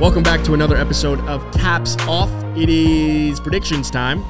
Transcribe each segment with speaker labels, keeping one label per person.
Speaker 1: Welcome back to another episode of Caps Off. It is predictions time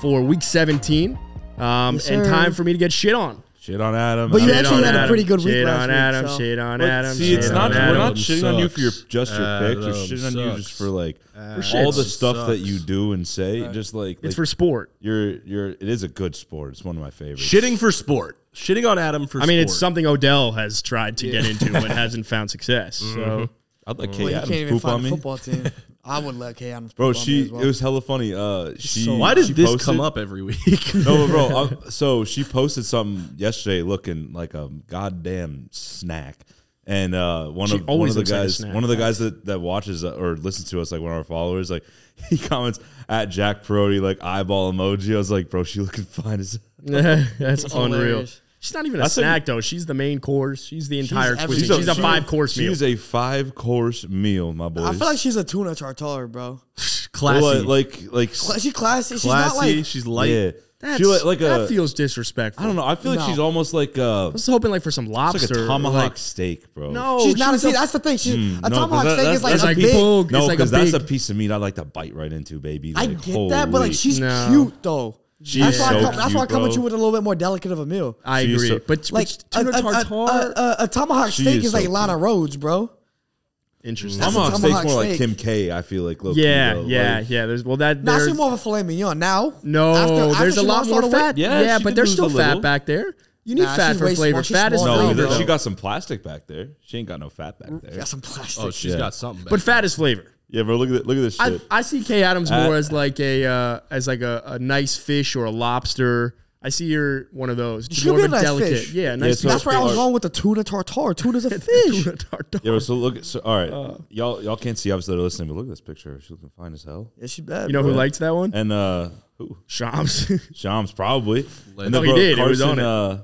Speaker 1: for week 17, um,
Speaker 2: Yes,
Speaker 1: and
Speaker 2: sir.
Speaker 1: time for me to get shit on.
Speaker 3: Shit on Adam.
Speaker 2: But you
Speaker 3: Adam.
Speaker 1: Shit
Speaker 2: actually
Speaker 1: on
Speaker 2: had a
Speaker 1: Adam,
Speaker 2: pretty good week
Speaker 1: Shit
Speaker 2: last
Speaker 1: on
Speaker 2: week,
Speaker 1: Adam.
Speaker 2: so-
Speaker 1: Shit on
Speaker 3: But
Speaker 1: Adam.
Speaker 3: See, it's
Speaker 1: shit
Speaker 3: not.
Speaker 1: on
Speaker 3: We're
Speaker 1: Adam.
Speaker 3: not shitting on you for your
Speaker 4: sucks.
Speaker 3: just your picks. We're
Speaker 4: Adam
Speaker 3: shitting on you just
Speaker 4: sucks.
Speaker 3: for like
Speaker 1: shits.
Speaker 3: all the stuff
Speaker 4: sucks.
Speaker 3: that you do and say. Just like,
Speaker 1: It's
Speaker 3: like
Speaker 1: for sport.
Speaker 3: you're, you're. It is a good sport. It's one of my favorites.
Speaker 4: Shitting for sport. Shitting on Adam for
Speaker 1: I mean, it's
Speaker 4: sport.
Speaker 1: something Odell has tried to get into but hasn't found success. So
Speaker 3: I'd let Kay
Speaker 2: Well, you can't
Speaker 3: Adams
Speaker 2: even
Speaker 3: poop
Speaker 2: find
Speaker 3: on
Speaker 2: a
Speaker 3: me.
Speaker 2: football team. I would let K Adams.
Speaker 3: Bro,
Speaker 2: poop on me
Speaker 3: she.
Speaker 2: as well.
Speaker 3: It was hella funny. Uh, she.
Speaker 2: so-
Speaker 3: Why
Speaker 4: Why does this come up every week?
Speaker 3: no, bro. uh, so she posted something yesterday, looking like a goddamn snack. And uh, one
Speaker 1: She
Speaker 3: of one
Speaker 1: always
Speaker 3: of the
Speaker 1: looks like a
Speaker 3: guys,
Speaker 1: snack,
Speaker 3: one of the guys that, that watches uh, or listens to us, like one of our followers, like he comments at Jack Perotti, like eyeball emoji. I was like, bro, she looking fine as
Speaker 1: that's unreal.
Speaker 2: hilarious.
Speaker 1: She's not even a
Speaker 3: That's a-
Speaker 1: snack though. She's the main course. She's the entire. cuisine.
Speaker 2: everything.
Speaker 1: She's, a, five course meal.
Speaker 3: She's a five course meal, my boy.
Speaker 2: I feel like she's a tuna tartare, bro.
Speaker 4: Classy.
Speaker 3: like like
Speaker 2: Cla- She classy. She's
Speaker 4: Classy.
Speaker 2: not like
Speaker 4: she's light.
Speaker 3: yeah.
Speaker 1: That's,
Speaker 3: She like, like
Speaker 1: that
Speaker 3: a
Speaker 1: feels disrespectful.
Speaker 3: I don't know. I feel like
Speaker 2: No.
Speaker 3: she's almost like a
Speaker 1: I was hoping like for some
Speaker 3: like
Speaker 1: lobster,
Speaker 3: a
Speaker 1: or,
Speaker 3: tomahawk
Speaker 1: like-
Speaker 3: steak, bro.
Speaker 1: no,
Speaker 2: she's not.
Speaker 1: Oh, she's
Speaker 2: See,
Speaker 1: a-
Speaker 2: that's the thing. She's a
Speaker 3: Hmm, 'cause
Speaker 2: tomahawk
Speaker 3: that-
Speaker 2: steak is like
Speaker 3: that's-
Speaker 1: that's
Speaker 2: a
Speaker 1: like
Speaker 2: big.
Speaker 1: people- It's
Speaker 3: No,
Speaker 1: like a
Speaker 3: because that's a
Speaker 1: big-
Speaker 3: piece of meat I like to bite right into, baby.
Speaker 2: I
Speaker 3: Like,
Speaker 2: get that, but like
Speaker 3: holy-
Speaker 2: she's
Speaker 1: No.
Speaker 2: cute though.
Speaker 3: She
Speaker 2: that's
Speaker 3: is
Speaker 2: why I
Speaker 3: so
Speaker 2: come, that's why I
Speaker 3: cute,
Speaker 2: come at
Speaker 3: bro.
Speaker 2: you with a little bit more delicate of a meal.
Speaker 1: I
Speaker 3: She's
Speaker 1: agree,
Speaker 3: so-
Speaker 1: but
Speaker 2: Like
Speaker 1: like
Speaker 2: a,
Speaker 1: tuna
Speaker 2: a- a-
Speaker 1: tartare.
Speaker 2: a- a- a tomahawk
Speaker 3: She
Speaker 2: steak
Speaker 3: is
Speaker 2: is like
Speaker 3: so
Speaker 2: Lana Rhodes, bro.
Speaker 1: Interesting.
Speaker 3: tomahawk
Speaker 2: That's a
Speaker 3: steak's
Speaker 2: tomahawk
Speaker 3: more like
Speaker 2: steak.
Speaker 3: Kim K. I feel like, low key,
Speaker 1: yeah,
Speaker 3: though,
Speaker 1: yeah,
Speaker 3: like-
Speaker 1: yeah. There's well that
Speaker 2: Now
Speaker 1: there's
Speaker 2: she's more of a filet mignon. Now,
Speaker 1: no.
Speaker 2: after-
Speaker 1: there's
Speaker 2: after
Speaker 1: a
Speaker 2: she
Speaker 1: lot
Speaker 2: lost
Speaker 1: more
Speaker 2: all the weight-
Speaker 1: fat.
Speaker 3: Yeah, she
Speaker 1: but
Speaker 3: did
Speaker 1: there's
Speaker 3: lose
Speaker 1: still
Speaker 3: a
Speaker 1: fat
Speaker 3: little.
Speaker 1: back there. You need
Speaker 2: Nah,
Speaker 1: fat
Speaker 2: she's
Speaker 1: for
Speaker 2: way
Speaker 1: flavor.
Speaker 2: small. She's
Speaker 1: Fat is
Speaker 2: small
Speaker 3: No,
Speaker 2: now,
Speaker 1: flavor.
Speaker 3: that
Speaker 2: bro.
Speaker 3: she got some plastic back there. She ain't got no fat back there.
Speaker 2: Got Mm, some plastic.
Speaker 4: oh, she's
Speaker 3: Yeah.
Speaker 4: got something. Back
Speaker 1: But fat is flavor.
Speaker 3: Yeah, bro. Look at that, look at this
Speaker 1: I,
Speaker 3: shit.
Speaker 1: I see Kay Adams more
Speaker 3: Uh,
Speaker 1: as like a uh, as like a, a nice fish or a lobster. I see you're one of those. Just
Speaker 2: should
Speaker 1: more
Speaker 2: be
Speaker 1: of
Speaker 2: a nice
Speaker 1: delicate.
Speaker 2: fish.
Speaker 1: Yeah, nice
Speaker 3: so-
Speaker 1: fish.
Speaker 2: That's where I was
Speaker 3: Or-
Speaker 2: wrong with the tuna tartare. Tuna's a fish.
Speaker 1: Tuna tartare.
Speaker 3: yeah, bro, so look. at- So all right,
Speaker 2: Uh.
Speaker 3: y'all y'all can't see obviously they're listening, but look at this picture. She's looking fine as hell.
Speaker 2: Yeah, she bad.
Speaker 1: You know who likes that one?
Speaker 3: And uh, who?
Speaker 1: Shams.
Speaker 3: Shams probably. And
Speaker 1: Oh, he did. It was on it.
Speaker 3: Uh,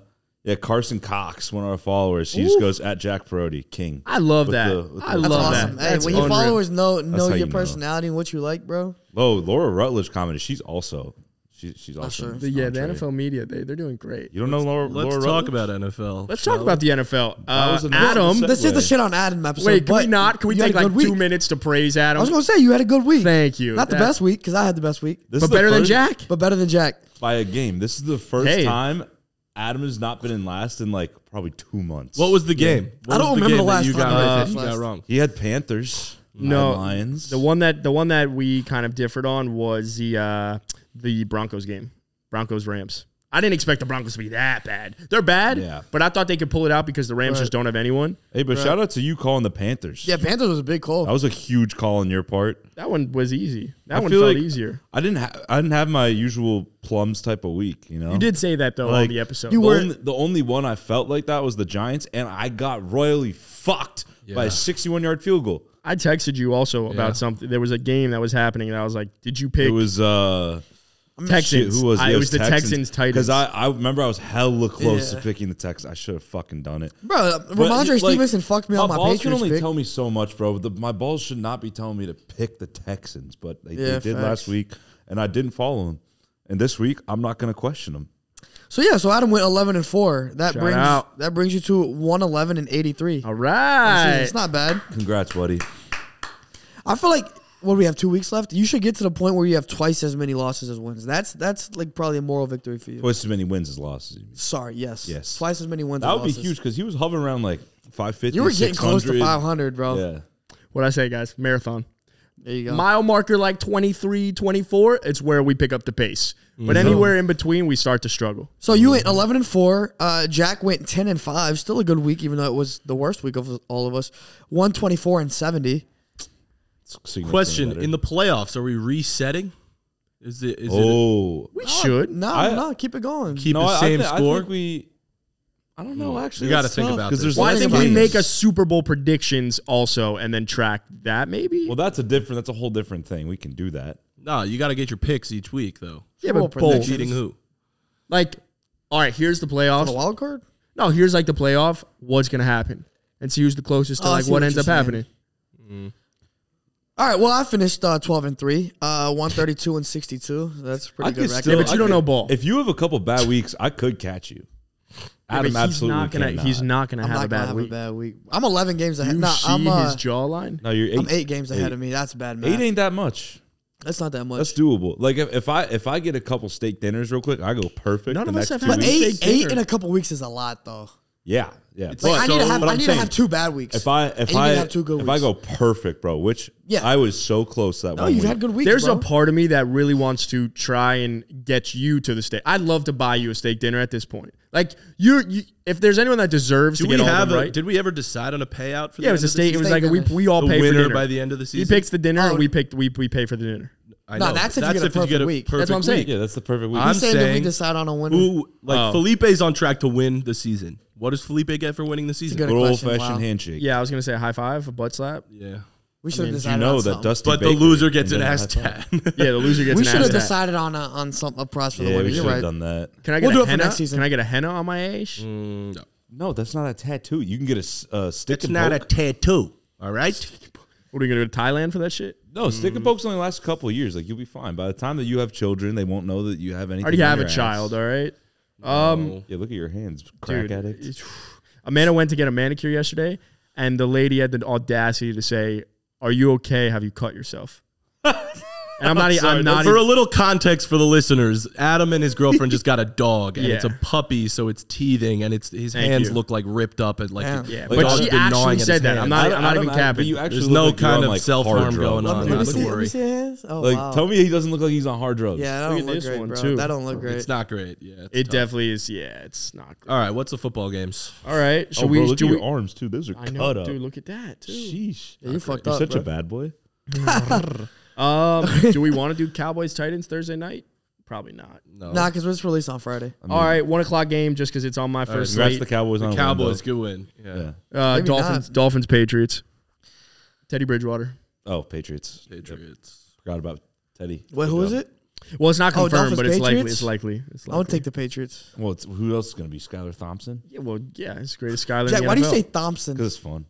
Speaker 3: yeah, Carson Cox, one of our followers. She just goes at Jack Perotti, King.
Speaker 1: I love
Speaker 3: With
Speaker 1: that.
Speaker 3: the- with
Speaker 1: I
Speaker 3: the-
Speaker 1: love
Speaker 2: That's awesome.
Speaker 1: that.
Speaker 2: Hey,
Speaker 1: That's
Speaker 2: when your
Speaker 1: unreal.
Speaker 2: followers know know
Speaker 3: how
Speaker 2: your
Speaker 3: you know.
Speaker 2: personality and what you like, bro.
Speaker 3: Oh, Laura Rutledge commented. She's also she, she's also
Speaker 2: sure.
Speaker 1: The- yeah, the NFL media they they're doing great.
Speaker 3: You don't know Laura.
Speaker 4: Let's
Speaker 3: Laura
Speaker 4: talk
Speaker 3: Rutledge?
Speaker 4: about NFL.
Speaker 1: Let's talk about the NFL. Uh,
Speaker 3: was another
Speaker 1: Adam,
Speaker 3: set-
Speaker 2: This is the
Speaker 3: Segue.
Speaker 2: shit on Adam episode.
Speaker 1: wait, can we
Speaker 2: but
Speaker 1: not? Can we
Speaker 2: you had
Speaker 1: take
Speaker 2: a
Speaker 1: like
Speaker 2: good
Speaker 1: two
Speaker 2: week.
Speaker 1: minutes to praise Adam?
Speaker 2: I was gonna say you had a good week.
Speaker 1: Thank you.
Speaker 2: Not the
Speaker 1: That-
Speaker 2: best week because I had the best week,
Speaker 3: This
Speaker 1: but
Speaker 3: is the
Speaker 1: better than
Speaker 3: first-
Speaker 1: Jack.
Speaker 2: but better than Jack.
Speaker 3: by a game. This is the first
Speaker 1: Hey.
Speaker 3: time Adam has not been in last in like probably two months.
Speaker 4: What was the game? What
Speaker 2: I don't
Speaker 4: was
Speaker 2: remember the
Speaker 4: game that
Speaker 2: last
Speaker 4: you
Speaker 2: time
Speaker 4: got
Speaker 2: I
Speaker 4: right
Speaker 2: did
Speaker 4: that you
Speaker 2: last-
Speaker 4: got wrong.
Speaker 3: he had Panthers?
Speaker 1: No,
Speaker 3: I had Lions.
Speaker 1: The one that the one that we kind of differed on was the uh, the Broncos game, Broncos Rams. I didn't expect the Broncos to be that bad. They're bad,
Speaker 3: Yeah.
Speaker 1: but I thought they could pull it out because the Rams just don't have anyone.
Speaker 3: hey, but shout out to you calling the Panthers.
Speaker 2: Yeah, Panthers was a big call.
Speaker 3: that
Speaker 1: Oh.
Speaker 3: was a huge call on your part.
Speaker 1: That one was easy. That
Speaker 3: I
Speaker 1: one
Speaker 3: feel
Speaker 1: felt
Speaker 3: like-
Speaker 1: easier.
Speaker 3: I didn't. Ha- I didn't have my usual plums type of week. You know,
Speaker 1: You did say that though on
Speaker 3: like,
Speaker 1: the episode.
Speaker 2: you
Speaker 3: The
Speaker 2: were-
Speaker 3: only, the only one I felt like that was the Giants, and I got royally fucked by
Speaker 4: Yeah.
Speaker 3: a 61 yard field goal.
Speaker 1: I texted you also about
Speaker 4: Yeah.
Speaker 1: something. There was a game that was happening, and I was like, "Did you pick
Speaker 3: It was uh, shit,
Speaker 1: Texans?
Speaker 3: who was
Speaker 1: I,
Speaker 3: yeah,
Speaker 1: it was the Texans Titans.
Speaker 3: Because I, I remember I was hella close
Speaker 2: Yeah.
Speaker 3: to picking the Texans. I should have fucking done it.
Speaker 2: bro, uh,
Speaker 3: But,
Speaker 2: Ramondre
Speaker 3: like,
Speaker 2: Stevenson fucked me on my
Speaker 3: balls
Speaker 2: Patriots
Speaker 3: can only
Speaker 2: pick.
Speaker 3: tell me so much, bro. The, my balls should not be telling me to pick the Texans, but they, they
Speaker 2: Yeah,
Speaker 3: did
Speaker 2: facts.
Speaker 3: last week, and I didn't follow them. And this week, I'm not going to question them.
Speaker 2: so yeah, so Adam went eleven and four. That
Speaker 1: Shout
Speaker 2: brings
Speaker 1: out.
Speaker 2: that brings you to one eleven and eighty three.
Speaker 1: All right,
Speaker 2: It's not bad.
Speaker 3: Congrats, buddy.
Speaker 2: I feel like what do we have two weeks left. You should get to the point where you have twice as many losses as wins. That's that's like probably a moral victory for you.
Speaker 3: Twice as many wins as losses. you mean.
Speaker 2: Sorry, yes,
Speaker 3: Yes.
Speaker 2: twice as many wins.
Speaker 3: That
Speaker 2: as
Speaker 3: would be
Speaker 2: losses.
Speaker 3: huge because he was hovering around like 550.
Speaker 2: You were getting close to
Speaker 3: 600.
Speaker 2: 500, bro.
Speaker 3: Yeah.
Speaker 1: what I say, guys? Marathon.
Speaker 2: There you go.
Speaker 1: mile marker like 23 24 it's where we pick up the pace but
Speaker 3: Mm-hmm.
Speaker 1: anywhere in between we start to struggle
Speaker 2: so you went 11 and 4. Uh, Jack went 10 and 5. Still a good week, even though it was the worst week of all of us. 124 and 70.
Speaker 3: Significantly
Speaker 4: Question:
Speaker 3: better.
Speaker 4: In the playoffs, are we resetting? Is it is it
Speaker 3: Oh.
Speaker 1: we should
Speaker 2: No,
Speaker 3: I-
Speaker 2: no, keep it going.
Speaker 4: keep
Speaker 3: No,
Speaker 4: the
Speaker 3: I- I
Speaker 4: same
Speaker 3: thi- I
Speaker 4: score?
Speaker 3: think we. I
Speaker 2: Mm.
Speaker 3: don't know. Actually,
Speaker 4: We gotta
Speaker 3: that's
Speaker 4: think
Speaker 3: tough,
Speaker 4: about
Speaker 3: 'cause
Speaker 4: this.
Speaker 3: there's
Speaker 1: well, I
Speaker 3: less
Speaker 1: think we
Speaker 3: games.
Speaker 1: make a Super Bowl predictions also, and then track that maybe.
Speaker 3: Well, that's a different. That's a whole different thing. We can do that.
Speaker 4: no, you got to get your picks each week though.
Speaker 1: yeah,
Speaker 2: Bowl
Speaker 1: but both.
Speaker 2: predictions.
Speaker 4: Cheating who?
Speaker 1: Like, all right, here's the
Speaker 2: The
Speaker 1: playoffs.
Speaker 2: wild card?
Speaker 1: No, here's like the playoff. What's gonna happen, and see who's the closest to
Speaker 2: Oh, I
Speaker 1: like
Speaker 2: see
Speaker 1: what
Speaker 2: what
Speaker 1: ends
Speaker 2: you're
Speaker 1: up
Speaker 2: saying.
Speaker 1: happening.
Speaker 2: All right, well, I finished uh, 12 and 3. Uh, 132 and 62. That's a pretty
Speaker 3: I
Speaker 2: good
Speaker 3: could
Speaker 2: record.
Speaker 3: still.
Speaker 1: Yeah, but you
Speaker 3: I
Speaker 1: don't
Speaker 3: could-
Speaker 1: know ball.
Speaker 3: If you have a couple bad weeks, I could catch you.
Speaker 1: Yeah, but
Speaker 3: Adam
Speaker 1: he's
Speaker 3: absolutely
Speaker 1: not gonna.
Speaker 3: cannot.
Speaker 1: He's not gonna
Speaker 2: I'm
Speaker 1: have
Speaker 2: not
Speaker 1: a
Speaker 2: gonna
Speaker 1: bad
Speaker 2: have
Speaker 1: week.
Speaker 2: a bad week. I'm 11 games ahead.
Speaker 1: You
Speaker 2: Nah,
Speaker 1: see
Speaker 2: I'm, uh,
Speaker 1: his jawline?
Speaker 3: No, you're 8
Speaker 2: I'm eight games ahead
Speaker 3: eight.
Speaker 2: of me. That's bad, man.
Speaker 3: Eight ain't that much.
Speaker 2: That's not that much.
Speaker 3: That's doable. Like if, if I if I get a couple steak dinners real quick, I go perfect.
Speaker 1: None
Speaker 3: the
Speaker 1: of us
Speaker 3: next
Speaker 1: have
Speaker 3: two
Speaker 2: but
Speaker 1: had
Speaker 3: weeks.
Speaker 2: eight,
Speaker 1: steak
Speaker 2: eight
Speaker 1: dinner.
Speaker 2: in a couple weeks is a lot, though.
Speaker 3: Yeah, yeah.
Speaker 2: Like, I need, to
Speaker 1: so-
Speaker 2: have,
Speaker 1: but
Speaker 2: I
Speaker 1: I'm
Speaker 2: need to
Speaker 1: saying-
Speaker 2: have two bad weeks.
Speaker 3: If I
Speaker 2: And
Speaker 3: if
Speaker 2: you
Speaker 3: I
Speaker 2: can have two good
Speaker 3: if I
Speaker 2: weeks.
Speaker 3: go perfect, bro, which
Speaker 2: Yeah.
Speaker 3: I was so close that
Speaker 2: no,
Speaker 3: one.
Speaker 2: you've
Speaker 3: week.
Speaker 2: had good weeks.
Speaker 1: There's
Speaker 2: bro.
Speaker 1: a part of me that really wants to try and get you to the steak. I'd love to buy you a steak dinner at this point. Like you're, you, if there's anyone that deserves
Speaker 4: Do
Speaker 1: to
Speaker 4: we
Speaker 1: get all
Speaker 4: have
Speaker 1: of them
Speaker 4: a,
Speaker 1: right,
Speaker 4: Did we ever decide on a payout for?
Speaker 1: yeah, it was
Speaker 4: the end
Speaker 1: a
Speaker 4: of the
Speaker 1: steak. It
Speaker 4: season?
Speaker 1: was
Speaker 2: Steak
Speaker 1: like a, we
Speaker 2: dinner.
Speaker 1: we all
Speaker 4: the
Speaker 1: pay for
Speaker 4: winner
Speaker 1: dinner
Speaker 4: by the end of the season.
Speaker 1: He picks the dinner,
Speaker 2: Oh.
Speaker 1: and we pick we we pay for the dinner.
Speaker 4: I
Speaker 2: No,
Speaker 4: know.
Speaker 2: that's if you get a perfect week. That's
Speaker 1: what I'm saying.
Speaker 3: Yeah, that's the perfect week.
Speaker 4: I'm
Speaker 2: He's saying, that we
Speaker 4: saying-
Speaker 2: decide on a winner.
Speaker 4: Who like
Speaker 1: Oh.
Speaker 4: Felipe's on track to win the season? What does Felipe get for winning the season?
Speaker 2: good-
Speaker 3: good old
Speaker 2: question,
Speaker 3: fashioned
Speaker 2: wow.
Speaker 3: handshake.
Speaker 1: Yeah, I was gonna say a high five, a butt slap.
Speaker 4: yeah,
Speaker 2: we should have
Speaker 1: mean, you
Speaker 3: you
Speaker 2: decided
Speaker 3: know
Speaker 2: on
Speaker 3: that
Speaker 2: something.
Speaker 3: Dusty.
Speaker 4: but the
Speaker 3: Baker
Speaker 4: loser gets an
Speaker 3: didn't
Speaker 4: ass
Speaker 3: have that.
Speaker 4: tat.
Speaker 1: Yeah, the loser gets.
Speaker 2: we
Speaker 1: an
Speaker 2: should have
Speaker 1: ass tap.
Speaker 2: decided on a, on some a prize for the
Speaker 3: Yeah, we
Speaker 2: winner.
Speaker 3: should
Speaker 2: You're
Speaker 3: have
Speaker 2: right.
Speaker 3: done that.
Speaker 1: Can I get
Speaker 2: We'll do
Speaker 1: a
Speaker 2: it for
Speaker 1: henna?
Speaker 2: next season.
Speaker 1: Can I get a henna on my age?
Speaker 4: Mm.
Speaker 3: No, that's not a tattoo. You can get a s- uh, stick
Speaker 4: It's
Speaker 3: and
Speaker 4: not a
Speaker 3: poke.
Speaker 4: tattoo. All right.
Speaker 1: What are you gonna go to Thailand for that shit?
Speaker 3: no, stick and poke's only last a couple of years. Like you'll be fine. By the time that you have children, they won't know that you have anything.
Speaker 1: I already
Speaker 3: on
Speaker 1: have
Speaker 3: your
Speaker 1: a
Speaker 3: ass.
Speaker 1: child. All right. Um,
Speaker 3: Yeah, look at your hands, crack
Speaker 1: dude,
Speaker 3: addict.
Speaker 1: it's- Amanda went to get a manicure yesterday, and the lady had the audacity to say, "Are you okay? Have you cut yourself?" And I'm not. e-
Speaker 4: Sorry,
Speaker 1: I'm not.
Speaker 4: for
Speaker 1: even-
Speaker 4: a little context for the listeners, Adam and his girlfriend just got a dog, and it's a
Speaker 1: Yeah.
Speaker 4: puppy, so it's teething, and it's his
Speaker 1: Thank
Speaker 4: hands
Speaker 1: you.
Speaker 4: look like ripped up and like
Speaker 2: Damn.
Speaker 4: the-
Speaker 1: yeah,
Speaker 4: the
Speaker 1: but
Speaker 4: dog's
Speaker 1: she
Speaker 4: been gnawing
Speaker 1: actually
Speaker 4: at his
Speaker 1: said that. I'm
Speaker 4: hand.
Speaker 1: not. e, I'm not
Speaker 3: Adam,
Speaker 1: even
Speaker 3: Adam, but
Speaker 1: capping.
Speaker 3: you actually
Speaker 4: There's
Speaker 3: look
Speaker 4: no
Speaker 3: like you're on,
Speaker 4: kind of
Speaker 3: like,
Speaker 4: self-harm
Speaker 3: hard drugs.
Speaker 4: going on.
Speaker 2: Let
Speaker 4: I'm
Speaker 2: me
Speaker 4: not
Speaker 2: see-
Speaker 4: to
Speaker 2: let me
Speaker 4: worry.
Speaker 2: see his. Oh,
Speaker 3: Like,
Speaker 2: wow.
Speaker 3: tell me he doesn't look like he's on hard drugs.
Speaker 2: Yeah, that
Speaker 1: Look
Speaker 2: don't
Speaker 1: at
Speaker 2: look
Speaker 1: this
Speaker 2: great,
Speaker 1: one,
Speaker 2: bro.
Speaker 1: too.
Speaker 2: That don't look great.
Speaker 4: It's not great. Yeah, it's
Speaker 1: It
Speaker 4: tough.
Speaker 1: definitely is. Yeah, it's not. Good.
Speaker 4: All right, what's the football games?
Speaker 1: All right. Should
Speaker 3: Oh,
Speaker 1: we?
Speaker 3: bro, look
Speaker 1: do
Speaker 3: at
Speaker 1: we
Speaker 3: your arms too. Those are
Speaker 1: I know,
Speaker 3: cut up.
Speaker 1: dude. Look at that. Too.
Speaker 3: Sheesh.
Speaker 2: Yeah, you fucked
Speaker 3: You're
Speaker 2: up.
Speaker 3: such
Speaker 2: bro.
Speaker 3: a bad boy.
Speaker 1: Um, do we want to do Cowboys Titans Thursday night? Probably not.
Speaker 4: No,
Speaker 2: Nah, because it's released on Friday.
Speaker 1: All right, one o'clock game just because it's on my first
Speaker 3: Congrats
Speaker 1: slate.
Speaker 3: the Cowboys. on a win,
Speaker 4: the Cowboys
Speaker 3: though.
Speaker 4: good win. Yeah,
Speaker 3: Yeah.
Speaker 1: Uh,
Speaker 2: Maybe
Speaker 1: Dolphins, Dolphins, Patriots. Teddy Bridgewater.
Speaker 3: Oh, Patriots.
Speaker 4: Patriots.
Speaker 3: Forgot about Teddy.
Speaker 2: Wait,
Speaker 3: Good
Speaker 2: who
Speaker 3: job.
Speaker 2: is it?
Speaker 1: Well, it's not
Speaker 2: Oh,
Speaker 1: confirmed,
Speaker 2: Dolphins,
Speaker 1: but it's likely.
Speaker 2: Patriots?
Speaker 1: It's likely. It's likely.
Speaker 2: I would take the Patriots.
Speaker 3: Well, it's, who else is going to be? Skylar Thompson?
Speaker 1: Yeah, well, yeah, it's the greatest Skyler.
Speaker 2: Jack,
Speaker 1: in the
Speaker 2: why do you
Speaker 1: NFL.
Speaker 2: say Thompson?
Speaker 3: Because it's fun.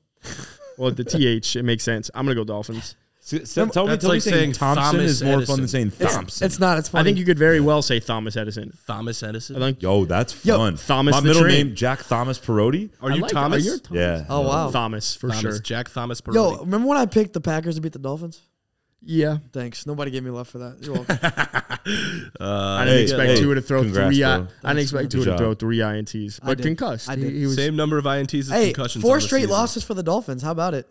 Speaker 1: Well, the th it makes sense. I'm gonna go Dolphins.
Speaker 3: S- s- tell me,
Speaker 4: that's
Speaker 3: tell me
Speaker 4: like
Speaker 3: saying
Speaker 4: saying
Speaker 3: Thompson
Speaker 4: Thomas
Speaker 3: is more fun
Speaker 4: Edison.
Speaker 3: than saying
Speaker 2: It's,
Speaker 3: Thompson.
Speaker 2: it's not. It's funny.
Speaker 1: I think you could very well say Thomas Edison.
Speaker 4: Thomas Edison.
Speaker 1: I think
Speaker 3: Yo, that's
Speaker 2: Yo,
Speaker 3: fun.
Speaker 1: Thomas
Speaker 3: My
Speaker 1: the
Speaker 3: middle
Speaker 1: Train.
Speaker 3: name, Jack Thomas Parodi.
Speaker 4: Are
Speaker 1: I
Speaker 4: you
Speaker 1: like-
Speaker 4: Thomas?
Speaker 1: Are you Thomas?
Speaker 3: Yeah.
Speaker 2: Oh wow.
Speaker 1: Thomas for
Speaker 4: Thomas,
Speaker 1: sure.
Speaker 4: Jack Thomas Peretti.
Speaker 2: Yo, uh, remember when I picked the Packers to beat the Dolphins?
Speaker 1: Yeah,
Speaker 2: Thanks. Nobody gave me love for that. You're welcome.
Speaker 4: Uh,
Speaker 1: I didn't
Speaker 3: hey,
Speaker 1: expect
Speaker 3: hey,
Speaker 1: Tua to throw
Speaker 3: congrats,
Speaker 1: three. I,
Speaker 3: bro.
Speaker 1: I didn't expect Tua to
Speaker 3: Good job.
Speaker 1: throw three ints, but
Speaker 2: did.
Speaker 1: concussed.
Speaker 2: I
Speaker 1: He-
Speaker 2: did.
Speaker 1: He, was
Speaker 4: Same number of INTs as
Speaker 2: hey,
Speaker 4: concussions. on
Speaker 2: four
Speaker 4: the
Speaker 2: straight
Speaker 4: season.
Speaker 2: losses for the Dolphins. How about it?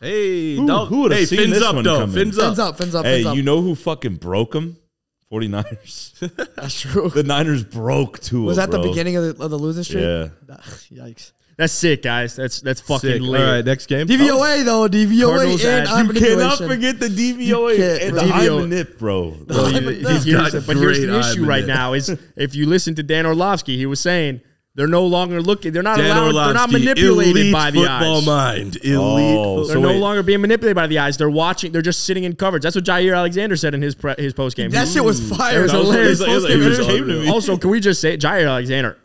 Speaker 4: Hey,
Speaker 3: Who-
Speaker 4: no,
Speaker 3: who would've
Speaker 4: hey,
Speaker 3: seen
Speaker 4: fins
Speaker 3: this
Speaker 4: up
Speaker 3: one
Speaker 4: though.
Speaker 3: coming?
Speaker 4: Fins
Speaker 2: Fins
Speaker 4: up.
Speaker 2: up. Fins up.
Speaker 3: Hey,
Speaker 2: fins up.
Speaker 3: you know who fucking broke him? 49ers.
Speaker 2: That's true.
Speaker 3: the Niners broke Tua.
Speaker 2: Was that the
Speaker 3: bro.
Speaker 2: beginning of the, of the losing streak?
Speaker 3: Yeah.
Speaker 2: Ugh, Yikes.
Speaker 1: that's sick, guys. That's that's fucking
Speaker 4: Sick. All
Speaker 1: lit.
Speaker 4: right, next game.
Speaker 2: DVOA though. DVOA
Speaker 1: Cardinals at-
Speaker 2: and eye
Speaker 1: You
Speaker 3: You cannot
Speaker 2: manipulation.
Speaker 3: forget the DVOA
Speaker 2: can't,
Speaker 3: and the
Speaker 2: bro.
Speaker 1: DVO.
Speaker 3: DVO. nip, bro.
Speaker 1: Well,
Speaker 2: Look
Speaker 1: you-
Speaker 2: at this.
Speaker 1: here's-
Speaker 4: Got
Speaker 1: but here's
Speaker 4: great
Speaker 1: the
Speaker 4: eye
Speaker 1: issue right
Speaker 4: manip.
Speaker 1: now is if you listen to Dan Orlovsky, he was saying they're no longer looking. They're not
Speaker 4: Dan
Speaker 1: allowed.
Speaker 4: Orlovsky,
Speaker 1: they're not manipulated
Speaker 4: elite
Speaker 1: by the
Speaker 4: football
Speaker 1: eyes.
Speaker 4: mind. Elite.
Speaker 3: Oh,
Speaker 4: football-
Speaker 1: They're
Speaker 3: So
Speaker 1: no
Speaker 3: wait.
Speaker 1: longer being manipulated by the eyes. They're watching. They're just sitting in coverage. That's what Jair Alexander said in his pre, his post game.
Speaker 2: That shit was fire.
Speaker 1: It was
Speaker 2: though.
Speaker 1: hilarious.
Speaker 3: It was- it was- it was- it came to me.
Speaker 1: Also, can we just say Jair Alexander,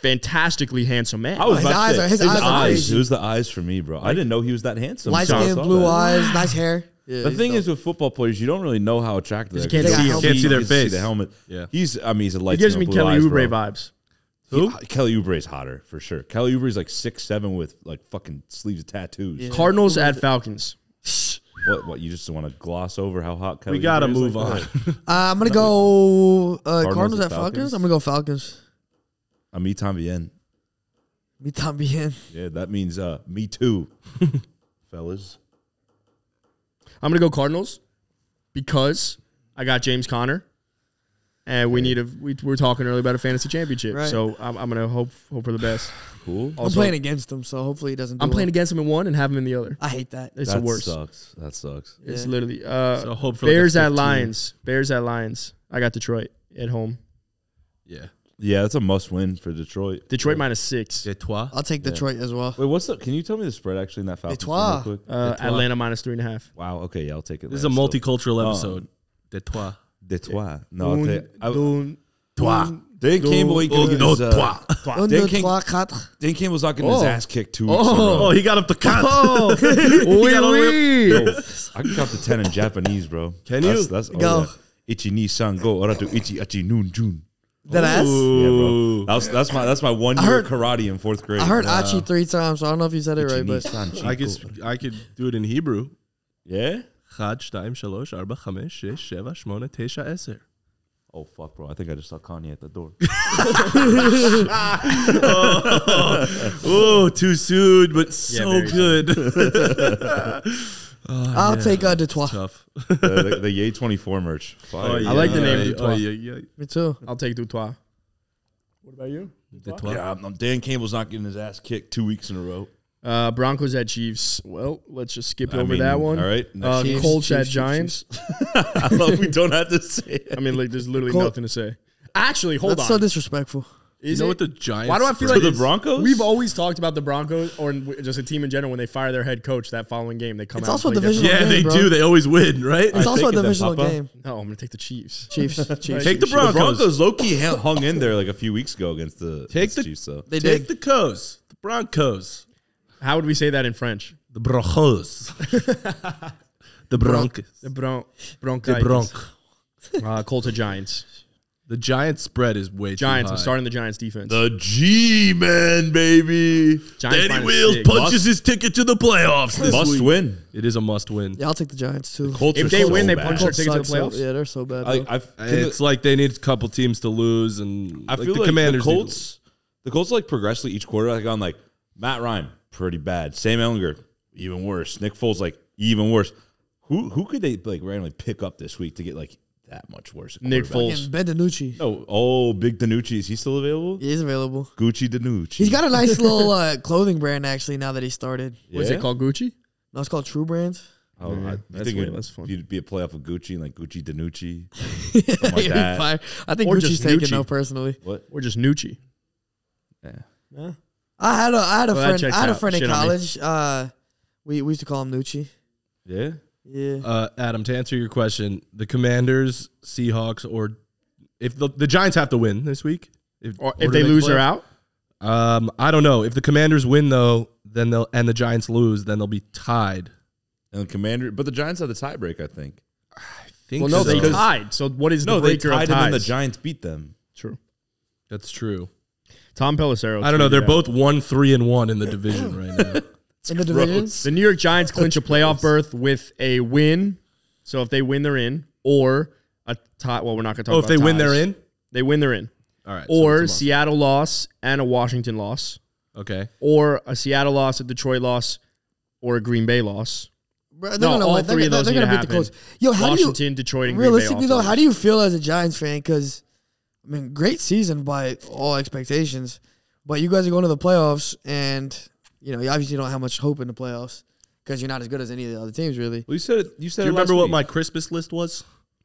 Speaker 1: fantastically handsome man.
Speaker 3: I was
Speaker 2: His
Speaker 3: about to
Speaker 2: eyes
Speaker 3: say,
Speaker 2: are- his eyes are crazy.
Speaker 3: It was the eyes for me, bro. I didn't know he was that handsome.
Speaker 2: Light
Speaker 3: until I
Speaker 2: skin,
Speaker 3: saw
Speaker 2: blue
Speaker 3: that.
Speaker 2: eyes, nice hair. Yeah,
Speaker 3: The
Speaker 2: he's
Speaker 3: thing
Speaker 2: dope.
Speaker 3: is with football players, you don't really know how attractive they are.
Speaker 1: can't
Speaker 3: You
Speaker 2: see 'em.
Speaker 3: can
Speaker 2: Can't
Speaker 4: see their
Speaker 3: you can
Speaker 4: face.
Speaker 3: the helmet.
Speaker 4: Yeah.
Speaker 3: He's. I mean, he's a
Speaker 1: It
Speaker 3: light.
Speaker 1: gives
Speaker 3: skin
Speaker 1: me
Speaker 3: with blue
Speaker 1: Kelly
Speaker 3: eyes,
Speaker 1: Oubre
Speaker 3: bro.
Speaker 1: vibes.
Speaker 3: Who? Kelly Oubre's hotter for sure. Kelly Oubre's like six seven with like fucking sleeves of tattoos.
Speaker 1: Cardinals at Falcons.
Speaker 3: What? What? You just want to gloss over how hot Kelly?
Speaker 4: We gotta
Speaker 3: Oubre is
Speaker 4: move
Speaker 3: like
Speaker 4: on.
Speaker 3: that?
Speaker 2: Uh, I'm gonna go uh, Cardinals,
Speaker 3: Cardinals
Speaker 2: at
Speaker 3: and
Speaker 2: Falcons.
Speaker 3: Falcons?
Speaker 2: I'm gonna go Falcons.
Speaker 3: Uh, me time bien.
Speaker 2: Me también.
Speaker 3: Yeah, that means uh, me too, fellas.
Speaker 1: I'm gonna go Cardinals because I got James Conner, and we need a. We, we were talking earlier about a fantasy championship,
Speaker 2: Right.
Speaker 1: so I'm, I'm gonna hope hope for the best.
Speaker 3: Cool.
Speaker 2: I'm
Speaker 1: Also,
Speaker 2: playing against him, so hopefully he doesn't. Do
Speaker 1: I'm playing
Speaker 2: Well.
Speaker 1: against him in one and have him in the other.
Speaker 2: I hate that.
Speaker 1: It's
Speaker 3: that
Speaker 1: the worst.
Speaker 3: sucks. That sucks.
Speaker 1: It's
Speaker 2: Yeah.
Speaker 1: literally uh,
Speaker 4: So hope for like a
Speaker 1: Bears at
Speaker 4: 15.
Speaker 1: Lions. Bears at Lions. I got Detroit at home.
Speaker 4: Yeah.
Speaker 3: Yeah, that's a must win for Detroit.
Speaker 1: Detroit minus six.
Speaker 4: Detroit.
Speaker 2: I'll take Detroit as well.
Speaker 3: Wait, what's up? Can you tell me the spread actually in that Falcons game
Speaker 2: Detroit.
Speaker 3: real quick?
Speaker 1: Uh, Atlanta minus three and a half.
Speaker 3: Wow. Okay. Yeah, I'll take it.
Speaker 4: This is a
Speaker 3: multi.
Speaker 4: multicultural episode. Detroit.
Speaker 3: Detroit. No, I'll take. I,
Speaker 4: Trois.
Speaker 3: Dan Campbell. He goes,
Speaker 4: no,
Speaker 3: uh,
Speaker 4: trois.
Speaker 2: Un,
Speaker 3: They
Speaker 2: deux,
Speaker 3: can-
Speaker 2: trois, quatre.
Speaker 3: Dan Campbell's not getting
Speaker 1: Oh.
Speaker 3: his ass kicked two weeks
Speaker 4: Oh,
Speaker 3: in
Speaker 4: he got up the cut.
Speaker 1: Oui,
Speaker 4: got all the
Speaker 1: oui.
Speaker 3: a row. Yo, I can count to ten in Japanese, bro.
Speaker 4: Can
Speaker 3: that's,
Speaker 4: you?
Speaker 3: That's, oh,
Speaker 2: Go.
Speaker 3: yeah. Ichi ni san go oratu ichi achi noon jun.
Speaker 2: That ass.
Speaker 3: Yeah, bro.
Speaker 4: Ooh.
Speaker 3: That was, that's my that's my one year
Speaker 2: heard-
Speaker 3: karate in fourth grade.
Speaker 2: I heard Achi three times, so I don't know if you said it right, but
Speaker 4: I could sp- I could do it in Hebrew.
Speaker 3: yeah.
Speaker 4: אחד, שתיים, שלוש, ארבע, חמש, שש, שבע, שמונה, תשע, עשר.
Speaker 3: Oh fuck, bro! I think I just saw Kanye at the door.
Speaker 4: Oh, too soon, but so
Speaker 1: very
Speaker 4: good.
Speaker 2: I'll take uh, Detroit.
Speaker 4: Tough. Oh,
Speaker 3: the, the, the Yay twenty four merch. Fire.
Speaker 1: I like the name Dutoit.
Speaker 4: yeah, yeah.
Speaker 2: Me too.
Speaker 1: I'll take Dutois. What about you?
Speaker 4: Dutoit.
Speaker 3: Yeah, I'm- I'm- Dan Campbell's not getting his ass kicked two weeks in a row.
Speaker 1: Uh, Broncos at Chiefs. Well, let's just skip
Speaker 3: I
Speaker 1: over
Speaker 3: mean,
Speaker 1: that one.
Speaker 3: all right.
Speaker 1: Uh,
Speaker 3: Chiefs,
Speaker 1: Colts at
Speaker 3: Chiefs, Chiefs,
Speaker 1: Giants.
Speaker 3: I love we don't have to say it.
Speaker 1: I mean, like, there's literally
Speaker 2: Col-
Speaker 1: nothing to say. Actually, hold
Speaker 2: That's
Speaker 1: on.
Speaker 2: so disrespectful.
Speaker 4: You
Speaker 1: Is
Speaker 4: know
Speaker 1: it-
Speaker 4: what the Giants?
Speaker 1: Why do I feel
Speaker 4: were?
Speaker 1: like
Speaker 3: the
Speaker 1: it's-
Speaker 3: Broncos?
Speaker 1: We've always talked about the Broncos or in- just a team in general when they fire their head coach that following game they come
Speaker 2: It's
Speaker 1: out.
Speaker 2: also
Speaker 1: and play
Speaker 2: division-
Speaker 4: Yeah,
Speaker 2: game,
Speaker 4: they
Speaker 2: bro.
Speaker 4: do. They always win, right?
Speaker 2: It's also a
Speaker 3: taking them,
Speaker 2: divisional
Speaker 3: Papa.
Speaker 2: game.
Speaker 1: different. No, I'm gonna take the Chiefs.
Speaker 2: Chiefs, Chiefs.
Speaker 1: Take
Speaker 4: the Broncos.
Speaker 3: The Broncos low key hung in there like a few weeks ago against the
Speaker 4: Take
Speaker 3: against
Speaker 4: the-
Speaker 3: Chiefs. So
Speaker 2: They
Speaker 4: Take
Speaker 2: did.
Speaker 4: the Coes, the Broncos,
Speaker 1: How would we say that in French?
Speaker 4: the Broncos, the Broncos,
Speaker 1: The Bron
Speaker 4: the
Speaker 1: Broncos.
Speaker 4: Bronc.
Speaker 1: Uh, Colts at Giants.
Speaker 4: The Giants spread is way
Speaker 1: Giants.
Speaker 4: Too
Speaker 1: I'm
Speaker 4: high.
Speaker 1: starting the Giants defense.
Speaker 3: the G man baby,
Speaker 1: minus six.
Speaker 3: Must-
Speaker 4: his ticket to the playoffs this
Speaker 3: must win.
Speaker 4: It is a must win.
Speaker 2: Yeah, I'll take the Giants too.
Speaker 3: Colts
Speaker 1: If
Speaker 3: are
Speaker 1: they
Speaker 3: so
Speaker 1: win, they
Speaker 3: bad.
Speaker 1: punch their tickets to the
Speaker 2: Sucks so-
Speaker 1: playoffs.
Speaker 2: yeah, they're so bad.
Speaker 3: I,
Speaker 2: bro.
Speaker 3: I, I,
Speaker 4: It's like they need a couple teams to lose, and
Speaker 3: I
Speaker 4: like,
Speaker 3: feel
Speaker 4: the
Speaker 3: like
Speaker 4: Commanders
Speaker 3: the
Speaker 4: need to
Speaker 3: Colts, the Colts like progressively each quarter like on like Matt Ryan pretty bad, Sam Ellinger even worse, Nick Foles like even worse. Who who could they like randomly pick up this week to get like that much worse? at
Speaker 1: Nick
Speaker 3: quarterback?
Speaker 1: Foles.
Speaker 2: And Ben DiNucci.
Speaker 3: No, oh big Danucci is he still available?
Speaker 2: Yeah, he's available.
Speaker 3: Gucci Danucci.
Speaker 2: He's got a nice little uh, clothing brand actually. Now that he started,
Speaker 1: Was it called Gucci?
Speaker 2: no, it's called True Brands.
Speaker 3: Oh, I, you
Speaker 1: that's
Speaker 3: think
Speaker 1: way
Speaker 3: it'd-
Speaker 1: less fun.
Speaker 3: You'd be a playoff of Gucci and like Gucci Danucci. Something like that.
Speaker 2: Fire. I think
Speaker 1: Or
Speaker 2: Gucci's
Speaker 1: just
Speaker 2: taken
Speaker 1: Nucci.
Speaker 2: though personally.
Speaker 3: What?
Speaker 1: Or just Nucci?
Speaker 2: I had a I had
Speaker 1: Well, that
Speaker 2: a friend
Speaker 1: checks
Speaker 2: I had a
Speaker 1: out.
Speaker 2: friend in
Speaker 1: Shit on me.
Speaker 2: college. Uh, we we used to call him Nucci.
Speaker 3: Yeah.
Speaker 2: Yeah,
Speaker 4: Uh, Adam, to answer your question, the Commanders, Seahawks, or if the, the Giants have to win this week, if,
Speaker 1: Or
Speaker 4: do
Speaker 1: if they lose,
Speaker 4: play?
Speaker 1: they're out.
Speaker 4: Um, I don't know. If the Commanders win though, then they'll and the Giants lose, then they'll be tied.
Speaker 3: And the commander, but the Giants have the tiebreak, I think.
Speaker 4: I think.
Speaker 1: Well, no,
Speaker 4: so.
Speaker 1: they tied. So what is
Speaker 3: No,
Speaker 1: the
Speaker 3: they
Speaker 1: breaker
Speaker 3: tied
Speaker 1: of
Speaker 3: them and the
Speaker 1: ties?
Speaker 3: Giants beat them.
Speaker 1: True.
Speaker 4: That's true.
Speaker 1: Tom Pelissero.
Speaker 4: I don't know.
Speaker 1: tweeted
Speaker 4: They're
Speaker 1: out.
Speaker 4: both one, three, and one in the division right now.
Speaker 2: in the division.
Speaker 1: The New York Giants clinch a playoff berth with a win. So if they win, they're in. Or a tie. Well, we're not going to talk
Speaker 4: oh, if
Speaker 1: about
Speaker 4: they win,
Speaker 1: ties.
Speaker 4: they're in.
Speaker 1: They win, they're in.
Speaker 4: All right. so
Speaker 1: Or
Speaker 4: it's a
Speaker 1: Seattle loss and a Washington loss.
Speaker 4: loss. okay.
Speaker 1: Or a Seattle loss, a Detroit loss, or a Green Bay loss.
Speaker 2: Bro, they're
Speaker 1: No,
Speaker 2: gonna
Speaker 1: all
Speaker 2: win. They're
Speaker 1: three of
Speaker 2: gonna-
Speaker 1: those
Speaker 2: They're
Speaker 1: need to
Speaker 2: gonna beat the Colts.
Speaker 1: happen.
Speaker 2: Yo, how do you
Speaker 1: Washington, Detroit, and
Speaker 2: realistically
Speaker 1: Green Bay.
Speaker 2: though? How do you feel as a Giants fan? Because I mean, great season by all expectations, but you guys are going to the playoffs, and you know you obviously don't have much hope in the playoffs because you're not as good as any of the other teams, really.
Speaker 3: Well, you said it. You said
Speaker 4: Do you
Speaker 3: it last
Speaker 4: remember what
Speaker 3: week.
Speaker 4: my Christmas list was?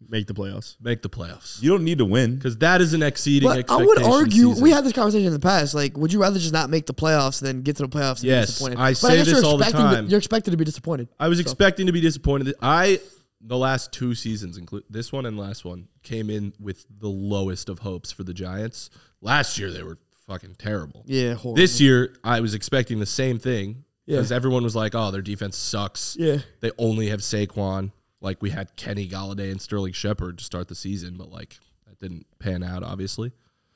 Speaker 1: make the playoffs?
Speaker 4: Make the playoffs
Speaker 3: You don't need to win.
Speaker 4: because that is an exceeding.
Speaker 2: But I would
Speaker 4: expectation
Speaker 2: argue we
Speaker 4: season.
Speaker 2: had this conversation in the past. Like, would you rather just not make the playoffs than get to the playoffs? And
Speaker 4: Yes,
Speaker 2: be disappointed?
Speaker 4: I
Speaker 2: But
Speaker 4: say
Speaker 2: guess
Speaker 4: this
Speaker 2: you're
Speaker 4: all the
Speaker 2: expecting to-
Speaker 4: time.
Speaker 2: you're expected to be disappointed.
Speaker 4: I was
Speaker 2: So-
Speaker 4: expecting to be disappointed. I the last two seasons, include this one and last one, came in with the lowest of hopes for the Giants. Last year they were fucking terrible.
Speaker 2: Yeah, horrible.
Speaker 4: This year I was expecting the same thing because everyone was like, "Oh, their defense sucks.
Speaker 2: Yeah.
Speaker 4: They only have Saquon. Like we had Kenny Galladay and Sterling Shepard to start the season, but like that didn't pan out. Obviously,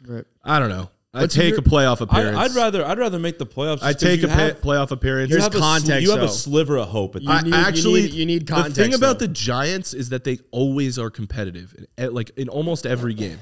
Speaker 2: Right.
Speaker 4: I don't know. I
Speaker 3: But to
Speaker 4: take
Speaker 3: your-
Speaker 4: a playoff
Speaker 3: I,
Speaker 4: appearance.
Speaker 3: I'd rather. I'd rather make the playoffs.
Speaker 4: I
Speaker 3: just 'cause
Speaker 4: take
Speaker 3: you
Speaker 4: a
Speaker 3: have-
Speaker 4: pa- playoff appearance.
Speaker 3: You
Speaker 1: There's
Speaker 3: have a sl-
Speaker 1: context,
Speaker 3: You have a
Speaker 1: though.
Speaker 3: sliver of hope. At the
Speaker 1: You
Speaker 4: I
Speaker 1: need- you
Speaker 4: actually
Speaker 1: need- you need
Speaker 4: The thing
Speaker 1: context,
Speaker 4: about
Speaker 1: though.
Speaker 4: the Giants is that they always are competitive, in- at- like in almost every game.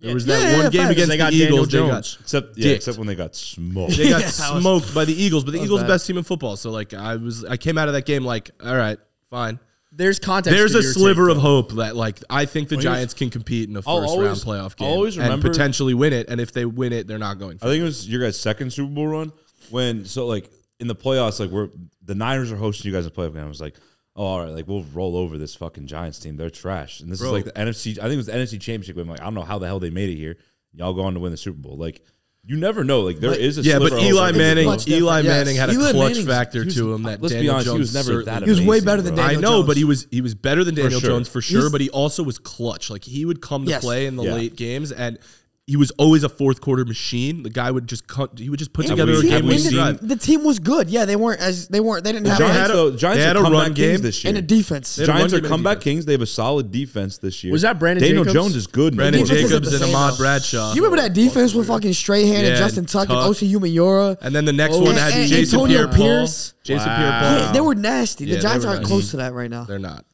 Speaker 4: There was
Speaker 2: Yeah,
Speaker 4: that
Speaker 2: yeah,
Speaker 4: one
Speaker 2: yeah,
Speaker 4: game
Speaker 2: facts.
Speaker 4: against
Speaker 1: They got
Speaker 4: the
Speaker 1: Daniel
Speaker 4: Eagles. They
Speaker 1: Jones.
Speaker 4: got,
Speaker 3: except yeah,
Speaker 4: Dicked.
Speaker 3: except when they got smoked.
Speaker 4: they got
Speaker 2: Yeah, that was-
Speaker 4: smoked by the Eagles, but the Eagles'
Speaker 2: bad.
Speaker 4: best team in football. So like I was, I came out of that game like, all right, fine.
Speaker 1: There's context.
Speaker 4: There's
Speaker 1: to
Speaker 4: a
Speaker 1: your
Speaker 4: sliver
Speaker 1: take,
Speaker 4: of hope that like I think the
Speaker 3: here's-
Speaker 4: Giants can compete in a
Speaker 3: I'll
Speaker 4: first round
Speaker 3: always-
Speaker 4: playoff
Speaker 3: I'll
Speaker 4: game
Speaker 3: always remember-
Speaker 4: and potentially win it. And if they win it, they're not going.
Speaker 3: I think it was your guys' second Super Bowl run when so like in the playoffs, like we're the Niners are hosting you guys in the playoff game. I was like, oh, all right, like we'll roll over this fucking Giants team. They're trash. And this is
Speaker 4: Bro.
Speaker 3: like the NFC. I think it was the NFC Championship game. Like I don't know how the hell they made it here. Y'all go on to win the Super Bowl. Like you never know. Like there is a
Speaker 4: yeah, but
Speaker 3: sliver of hope.
Speaker 4: Eli
Speaker 3: Like,
Speaker 4: Manning,
Speaker 2: clutch
Speaker 4: Eli
Speaker 2: difference.
Speaker 4: Manning had a
Speaker 2: Eli
Speaker 4: clutch
Speaker 2: Manning's-
Speaker 4: factor
Speaker 3: he was-
Speaker 4: to him that
Speaker 3: let's be
Speaker 4: Daniel
Speaker 3: honest,
Speaker 4: Jones
Speaker 3: he was never
Speaker 4: certainly-
Speaker 3: that.
Speaker 2: He was way
Speaker 3: amazing,
Speaker 2: better than
Speaker 3: bro.
Speaker 2: Daniel
Speaker 4: I know,
Speaker 2: Jones.
Speaker 4: but he was he was better than Daniel
Speaker 3: sure.
Speaker 4: Jones for sure.
Speaker 2: He's-
Speaker 4: but he also was clutch. Like he would come to
Speaker 2: Yes.
Speaker 4: play in the
Speaker 3: Yeah.
Speaker 4: late games, and he was always a fourth quarter machine. The guy would just cut, he would just put
Speaker 3: Yeah,
Speaker 4: together
Speaker 3: we-
Speaker 4: a
Speaker 3: have
Speaker 4: game
Speaker 3: we
Speaker 4: winning
Speaker 3: seen-
Speaker 4: drive.
Speaker 2: The team was good. Yeah, they weren't as they weren't. They didn't have
Speaker 3: Giants,
Speaker 4: had a-
Speaker 3: though, Giants
Speaker 4: they had
Speaker 3: are
Speaker 4: a
Speaker 3: comeback
Speaker 4: run
Speaker 3: kings
Speaker 4: game
Speaker 3: this year.
Speaker 2: and a defense.
Speaker 4: They had a
Speaker 3: Giants
Speaker 4: run
Speaker 3: are
Speaker 4: game and a
Speaker 3: comeback
Speaker 4: defense.
Speaker 3: kings. They have a solid defense this year.
Speaker 1: Was that Brandon
Speaker 3: Daniel
Speaker 1: Jacobs?
Speaker 3: Jones is good.
Speaker 4: Brandon
Speaker 3: man.
Speaker 2: defense isn't
Speaker 4: Jacobs
Speaker 2: the
Speaker 4: and
Speaker 2: same,
Speaker 4: Ahmad
Speaker 2: though.
Speaker 4: Bradshaw.
Speaker 2: You remember that defense with fucking Strahan and
Speaker 4: Yeah,
Speaker 2: Justin
Speaker 4: and
Speaker 2: Tuck and
Speaker 4: Tuck.
Speaker 2: OCU Mayura?
Speaker 4: And then the next
Speaker 2: Oh,
Speaker 4: one had
Speaker 2: and- and
Speaker 4: Jason
Speaker 2: Antonio
Speaker 4: Pierre Paul.
Speaker 2: Pierce.
Speaker 4: Jason
Speaker 1: Wow.
Speaker 4: Pierre Paul.
Speaker 1: Yeah,
Speaker 2: Yeah, they were nasty. The
Speaker 4: Yeah, they
Speaker 2: Giants
Speaker 4: were
Speaker 2: aren't
Speaker 4: nasty.
Speaker 2: close to that right now.
Speaker 4: They're not.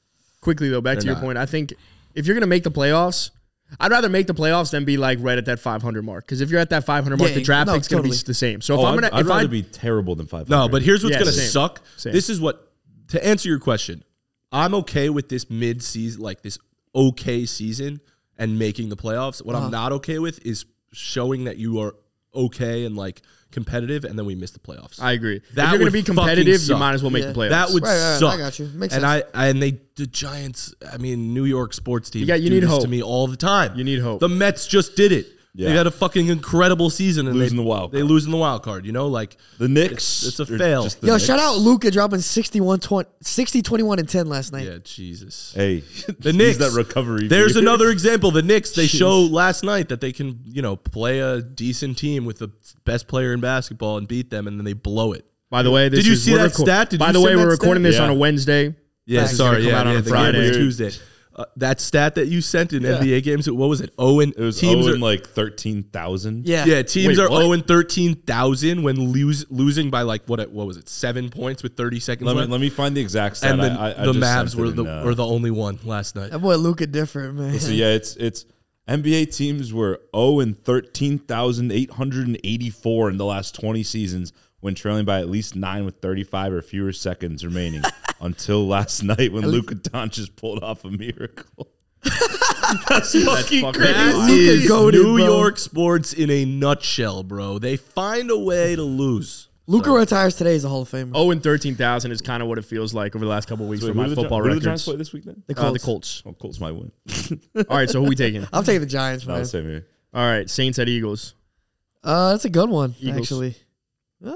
Speaker 1: Quickly though, back to
Speaker 4: They're
Speaker 1: your
Speaker 4: not.
Speaker 1: point. I think if you're gonna make the playoffs, I'd rather make the playoffs than be like right at that 500 mark. Because if you're at that 500 mark,
Speaker 2: Yeah,
Speaker 1: the draft
Speaker 2: no,
Speaker 1: pick's gonna
Speaker 2: totally.
Speaker 1: be the same. So if
Speaker 3: Oh,
Speaker 1: I'm
Speaker 3: I'd,
Speaker 1: gonna,
Speaker 3: I'd
Speaker 1: if
Speaker 3: rather
Speaker 1: I,
Speaker 3: be terrible than five.
Speaker 4: No, but here's what's
Speaker 1: Yeah,
Speaker 4: going to
Speaker 1: same.
Speaker 4: suck.
Speaker 1: Same.
Speaker 4: This is what to answer your question. I'm okay with this mid season, like this okay season, and making the playoffs. What I'm not okay with is showing that you are okay and like competitive, and then we miss the playoffs.
Speaker 1: I agree.
Speaker 4: That
Speaker 1: if you're gonna
Speaker 4: would
Speaker 1: be
Speaker 4: fucking
Speaker 1: competitive, you
Speaker 4: suck.
Speaker 1: might as well make
Speaker 2: Yeah.
Speaker 1: the playoffs.
Speaker 4: that would
Speaker 2: Right, right, right.
Speaker 4: suck.
Speaker 2: I got you. Makes
Speaker 4: and
Speaker 2: sense.
Speaker 4: I and they the Giants. I mean, New York sports teams.
Speaker 1: Yeah, you
Speaker 4: do
Speaker 1: need
Speaker 4: this
Speaker 1: hope.
Speaker 4: to me all the time.
Speaker 1: You need hope.
Speaker 4: The Mets just did it.
Speaker 3: Yeah.
Speaker 4: They had a fucking incredible season and
Speaker 3: Losing
Speaker 4: they,
Speaker 3: the wild
Speaker 4: They
Speaker 3: card.
Speaker 4: lose in the wild card. You know, like
Speaker 3: the Knicks.
Speaker 4: It's- it's a
Speaker 3: are
Speaker 4: fail.
Speaker 3: just the
Speaker 2: Yo,
Speaker 3: Knicks.
Speaker 2: shout out Luca dropping 61 20, 60 21 and 10 last night.
Speaker 4: yeah, Jesus.
Speaker 3: Hey,
Speaker 4: The Knicks
Speaker 3: that recovery.
Speaker 4: There's
Speaker 3: dude.
Speaker 4: another example. The Knicks they show last night that they can you know play a decent team with the best player in basketball and beat them, and then they blow it.
Speaker 1: By the way, this
Speaker 4: Did you
Speaker 1: is-
Speaker 4: see
Speaker 1: we're
Speaker 4: that stat? Did
Speaker 1: by
Speaker 4: you
Speaker 1: the
Speaker 4: see
Speaker 1: way,
Speaker 4: that
Speaker 1: we're recording
Speaker 4: stat?
Speaker 1: this on a
Speaker 3: Yeah.
Speaker 1: Wednesday.
Speaker 4: Yeah,
Speaker 2: Facts.
Speaker 4: sorry,
Speaker 1: It's gonna
Speaker 4: yeah,
Speaker 1: come out
Speaker 4: yeah,
Speaker 1: on a
Speaker 4: the game was
Speaker 1: Friday.
Speaker 4: Tuesday. Uh, that stat that you sent in NBA games, what was it? Owen
Speaker 3: It was oh
Speaker 4: teams
Speaker 3: Owen,
Speaker 4: are
Speaker 3: like thirteen thousand.
Speaker 2: Yeah.
Speaker 4: yeah, teams
Speaker 1: Wait,
Speaker 4: are
Speaker 1: what?
Speaker 4: zero and thirteen thousand when lose, losing by like what what was it seven points with thirty seconds
Speaker 3: Let me
Speaker 4: left,
Speaker 3: let me find the exact stat.
Speaker 4: and then
Speaker 3: I, I, I
Speaker 4: the
Speaker 3: just
Speaker 4: Mavs
Speaker 3: sent it
Speaker 4: were
Speaker 3: in,
Speaker 4: the
Speaker 3: uh,
Speaker 4: were the only one last night.
Speaker 2: That boy Luca different, man.
Speaker 3: So yeah, it's it's NBA teams were 0 and 13,884 in the last 20 seasons when trailing by at least 9 with 35 or fewer seconds remaining until last night when Luka Doncic pulled off a miracle. That's fucking
Speaker 1: fucking
Speaker 3: crazy.
Speaker 1: wild.
Speaker 4: That
Speaker 2: Luka
Speaker 4: is
Speaker 2: goated,
Speaker 4: New
Speaker 2: bro.
Speaker 4: York sports in a nutshell, bro. They find a way to lose.
Speaker 2: Luca retires today as a Hall of Famer.
Speaker 1: Oh, and thirteen thousand is kind of what it feels like over the last couple of weeks
Speaker 3: Wait,
Speaker 1: for
Speaker 3: who
Speaker 1: my
Speaker 3: do the Gi-
Speaker 1: football
Speaker 3: who do the Giants
Speaker 1: records.
Speaker 3: play this week then?
Speaker 2: the Colts.
Speaker 1: Uh, the Colts.
Speaker 3: Oh, Colts might win.
Speaker 1: All right, so who we taking?
Speaker 2: I'm taking the Giants,
Speaker 3: No,
Speaker 2: man.
Speaker 3: same here.
Speaker 1: All right, Saints at Eagles.
Speaker 2: Uh, that's a good one,
Speaker 1: Eagles.
Speaker 2: actually. Uh,